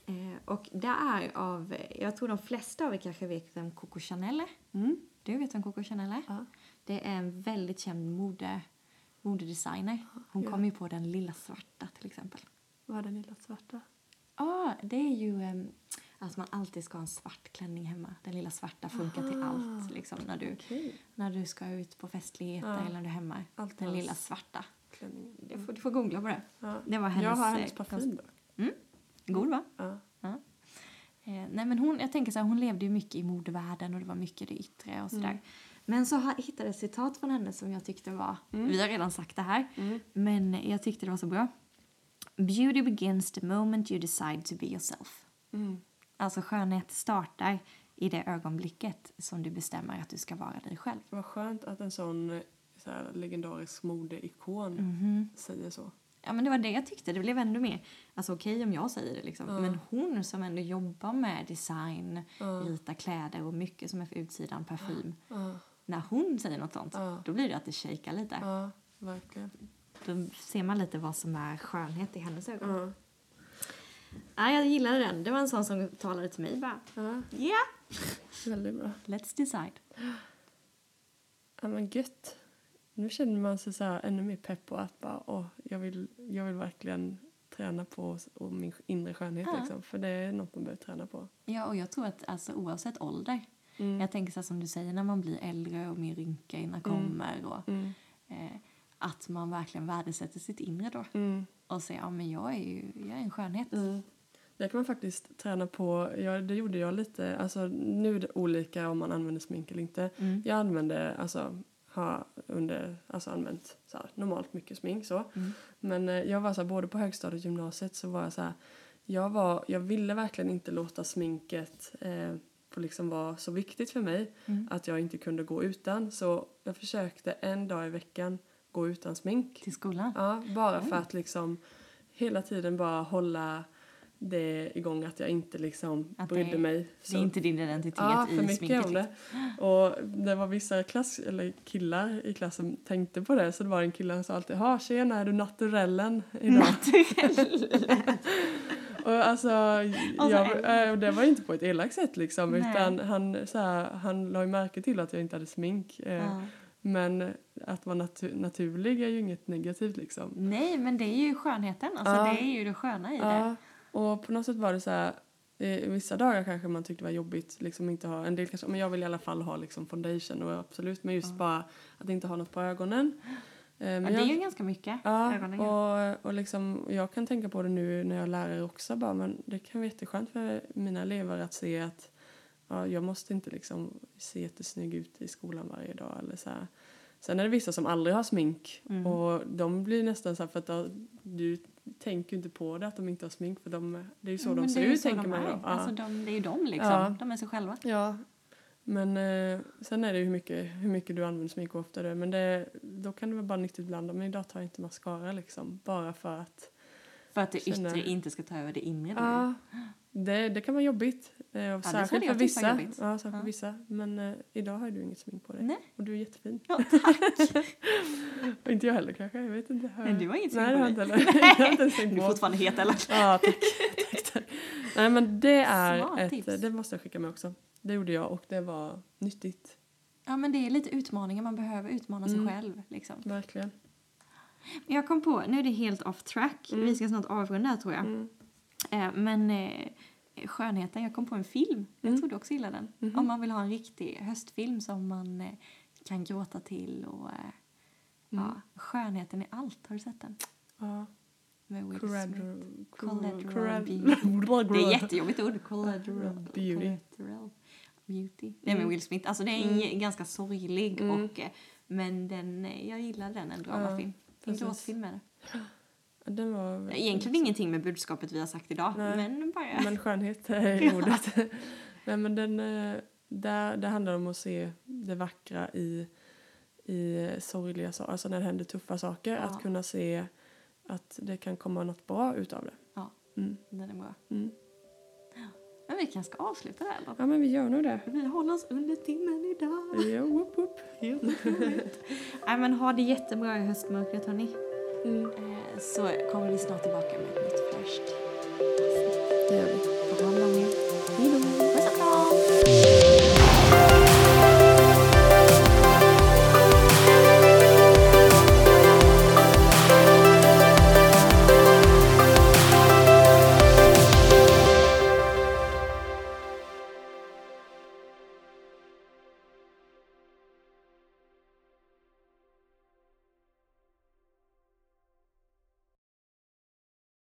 [SPEAKER 2] Eh, Och det är av, jag tror de flesta av er kanske vet vem Coco Chanel är.
[SPEAKER 1] Mm.
[SPEAKER 2] Du vet vem Coco Chanel är?
[SPEAKER 1] Ja.
[SPEAKER 2] Det är en väldigt känd mode, modedesigner. Hon
[SPEAKER 1] Ja.
[SPEAKER 2] kom ju på den lilla svarta till exempel.
[SPEAKER 1] Vad är den lilla svarta?
[SPEAKER 2] Ja, det är ju em, att man alltid ska ha en svart klänning hemma. Den lilla svarta funkar till
[SPEAKER 1] Ah,
[SPEAKER 2] allt. Liksom, när, du,
[SPEAKER 1] Okej.
[SPEAKER 2] när du ska ut på festligheter
[SPEAKER 1] Ja.
[SPEAKER 2] eller när du är Mm. hemma.
[SPEAKER 1] Allt
[SPEAKER 2] den
[SPEAKER 1] alls.
[SPEAKER 2] lilla svarta.
[SPEAKER 1] Klänningen.
[SPEAKER 2] Du får, du får googla på det.
[SPEAKER 1] Ja.
[SPEAKER 2] Det var hennes,
[SPEAKER 1] Jag har
[SPEAKER 2] eh,
[SPEAKER 1] hennes parfym då.
[SPEAKER 2] Mm, god va?
[SPEAKER 1] Ja.
[SPEAKER 2] Ja. Eh, nej men hon, jag tänker så här, hon levde ju mycket i modevärlden och det var mycket det yttre och sådär. Men så har- hittade jag ett citat från henne som jag tyckte var, vi har redan sagt det här, men jag tyckte det var så bra. Beauty begins the moment you decide to be yourself.
[SPEAKER 1] Mm.
[SPEAKER 2] Alltså skönhet startar i det ögonblicket som du bestämmer att du ska vara dig själv.
[SPEAKER 1] Vad skönt att en sån eh, så här, legendarisk modeikon
[SPEAKER 2] Mhm.
[SPEAKER 1] säger så.
[SPEAKER 2] Ja men det var det jag tyckte, det blev ännu mer, alltså okej om jag säger det liksom, men hon som ändå jobbar med design, rita kläder och mycket som är för utsidan, parfym.
[SPEAKER 1] Ja,
[SPEAKER 2] När hon säger något sånt,
[SPEAKER 1] Ja.
[SPEAKER 2] då blir det att det shakar lite.
[SPEAKER 1] ja verkligen.
[SPEAKER 2] Då ser man lite vad som är skönhet i hennes ögon.
[SPEAKER 1] Ja.
[SPEAKER 2] Ja, jag gillade den, det var en sån som talade till mig bara.
[SPEAKER 1] ja,
[SPEAKER 2] Ja,
[SPEAKER 1] väldigt bra.
[SPEAKER 2] let's decide.
[SPEAKER 1] Ja, men gött. Nu känner man sig så här ännu mer pepp på att bara, åh, jag, vill, jag vill verkligen träna på s- och min inre skönhet.
[SPEAKER 2] Ja.
[SPEAKER 1] Liksom, för det är något man behöver träna på.
[SPEAKER 2] Ja, och jag tror att alltså, oavsett ålder, jag tänker så här, som du säger, när man blir äldre och mer rynkorna kommer och eh, att man verkligen värdesätter sitt inre då.
[SPEAKER 1] Mm.
[SPEAKER 2] och säga ja men jag är ju jag är en skönhet.
[SPEAKER 1] Det Mm. kan man faktiskt träna på. Ja, det gjorde jag lite. Alltså, nu är det olika om man använder smink eller inte. Jag använde, alltså, har under, alltså använt så här, normalt mycket smink. Så.
[SPEAKER 2] Mm,
[SPEAKER 1] Men eh, jag var så här, både på högstadiet och gymnasiet så var jag så här, jag, var, jag ville verkligen inte låta sminket eh, på liksom var så viktigt för mig
[SPEAKER 2] Mm.
[SPEAKER 1] att jag inte kunde gå utan. Så jag försökte en dag i veckan gå utan smink.
[SPEAKER 2] Till skolan?
[SPEAKER 1] Ja, bara för att liksom hela tiden bara hålla det igång att jag inte liksom
[SPEAKER 2] Att det-
[SPEAKER 1] brydde mig.
[SPEAKER 2] Det är inte din identitet
[SPEAKER 1] ja,
[SPEAKER 2] i
[SPEAKER 1] för mycket
[SPEAKER 2] sminket?
[SPEAKER 1] om det. Och det var vissa klass, eller killar i klassen som tänkte på det så det var en kille som sa alltid “Ha tjena, är du naturellen
[SPEAKER 2] liksom.
[SPEAKER 1] idag?” [laughs] Och alltså, jag,
[SPEAKER 2] en-
[SPEAKER 1] eh, och det var inte på ett elakt sätt liksom
[SPEAKER 2] Nej.
[SPEAKER 1] utan han, så här, han la ju märke till att jag inte hade smink. Eh,
[SPEAKER 2] Ja.
[SPEAKER 1] Men att vara natu- naturlig är ju inget negativt liksom.
[SPEAKER 2] Nej, men det är ju skönheten. Alltså,
[SPEAKER 1] Ja.
[SPEAKER 2] Det är ju det sköna i det.
[SPEAKER 1] Ja, och på något sätt var det så här eh, vissa dagar kanske man tyckte det var jobbigt liksom inte ha en del kanske, men jag vill i alla fall ha liksom foundation och absolut men just bara att inte ha något på ögonen. Eh, Men
[SPEAKER 2] Ja, det är ju ganska mycket. ögonen, ja.
[SPEAKER 1] Ja, och, och liksom, jag kan tänka på det nu när jag är lärare också. Bara, men det kan vara jätteskönt för mina elever att se att ja, jag måste inte liksom se jättesnygg ut i skolan varje dag. Eller så här. Sen är det vissa som aldrig har smink
[SPEAKER 2] Mm.
[SPEAKER 1] och de blir nästan så här för att ja, du tänker ju inte på det att de inte har smink för de, det är ju så
[SPEAKER 2] Mm, Men
[SPEAKER 1] de
[SPEAKER 2] det
[SPEAKER 1] ser
[SPEAKER 2] är ju
[SPEAKER 1] ut
[SPEAKER 2] så
[SPEAKER 1] tänker
[SPEAKER 2] de
[SPEAKER 1] man ju
[SPEAKER 2] är.
[SPEAKER 1] då. Ja.
[SPEAKER 2] Alltså, de, det är ju de liksom.
[SPEAKER 1] Ja.
[SPEAKER 2] De är sig själva.
[SPEAKER 1] Ja. Men eh, sen är det ju hur mycket, hur mycket du använder smink och hur ofta du är. Men det, då kan det vara bara nyttigt ibland. Men idag tar jag inte mascara liksom. Bara för att
[SPEAKER 2] För att det
[SPEAKER 1] Känner-
[SPEAKER 2] yttre inte ska ta över det inre. då.
[SPEAKER 1] Ja, det, det kan vara jobbigt. Eh, och
[SPEAKER 2] Mm. det
[SPEAKER 1] särskilt
[SPEAKER 2] hade
[SPEAKER 1] för
[SPEAKER 2] jag tyckt var
[SPEAKER 1] vissa.
[SPEAKER 2] jobbigt.
[SPEAKER 1] Ja, särskilt
[SPEAKER 2] Ja.
[SPEAKER 1] för vissa. Men eh, idag har du inget smink på dig.
[SPEAKER 2] Nej.
[SPEAKER 1] Och du är jättefin.
[SPEAKER 2] Ja, tack.
[SPEAKER 1] [laughs] Och inte jag heller kanske. Jag vet inte. Har
[SPEAKER 2] Nej,
[SPEAKER 1] jag-
[SPEAKER 2] du har inget
[SPEAKER 1] Nej, det har jag
[SPEAKER 2] smink
[SPEAKER 1] inte
[SPEAKER 2] på dig.
[SPEAKER 1] heller. [laughs] [laughs] Jag har inte ens tänkt
[SPEAKER 2] Du är
[SPEAKER 1] på.
[SPEAKER 2] fortfarande
[SPEAKER 1] [laughs]
[SPEAKER 2] het eller?
[SPEAKER 1] Ja, tack. tack, tack. Nej, men det
[SPEAKER 2] Smart
[SPEAKER 1] är
[SPEAKER 2] tips.
[SPEAKER 1] ett... Det måste jag skicka med också. Det gjorde jag och det var nyttigt.
[SPEAKER 2] Ja, men det är lite utmaningar. Man behöver utmana sig
[SPEAKER 1] Mm.
[SPEAKER 2] själv. Liksom.
[SPEAKER 1] Verkligen.
[SPEAKER 2] Men Jag kom på, nu är det helt off track. Vi ska snart avrunda här, tror jag.
[SPEAKER 1] Mm.
[SPEAKER 2] Eh, Men eh, skönheten, jag kom på en film.
[SPEAKER 1] Mm.
[SPEAKER 2] Jag tror du också gillar den.
[SPEAKER 1] Mm-hmm.
[SPEAKER 2] Om man vill ha en riktig höstfilm som man eh, kan gråta till och... eh,
[SPEAKER 1] Mm.
[SPEAKER 2] Ja, skönheten i allt. Har du sett den?
[SPEAKER 1] Ja.
[SPEAKER 2] Med Will Smith.
[SPEAKER 1] Collateral...
[SPEAKER 2] Collateral
[SPEAKER 1] Collateral...
[SPEAKER 2] Det är ett jättejobbigt ord. Collateral.
[SPEAKER 1] Beauty. Mm.
[SPEAKER 2] Collateral. Beauty. Nej, men Will Smith. Alltså, det är en ganska sorglig och... eh, Men den, eh, jag gillar den, en dramafilm. en
[SPEAKER 1] precis.
[SPEAKER 2] gråtfilm är det.
[SPEAKER 1] Den var...
[SPEAKER 2] Egentligen ingenting med budskapet vi har sagt idag,
[SPEAKER 1] Nej.
[SPEAKER 2] men bara...
[SPEAKER 1] [laughs] Men skönhet är ordet. [laughs] Nej, men den, eh, där, det handlar om att se det vackra i, i sorgliga saker, alltså när det händer tuffa saker.
[SPEAKER 2] Ja.
[SPEAKER 1] Att kunna se att det kan komma något bra utav det.
[SPEAKER 2] Ja,
[SPEAKER 1] Mm.
[SPEAKER 2] den är bra.
[SPEAKER 1] Mm.
[SPEAKER 2] Men vi kanske ska avsluta där eller?
[SPEAKER 1] Ja, men vi gör nog det.
[SPEAKER 2] Vi håller oss under timmen idag.
[SPEAKER 1] Ja, whoop, whoop.
[SPEAKER 2] Nej men ha det jättebra i höstmörkret hörni.
[SPEAKER 1] Mm.
[SPEAKER 2] Eh, Så kommer vi snart tillbaka med ett nytt fräscht.
[SPEAKER 1] Det gör vi.
[SPEAKER 2] Ta hand om er.
[SPEAKER 1] Hej då.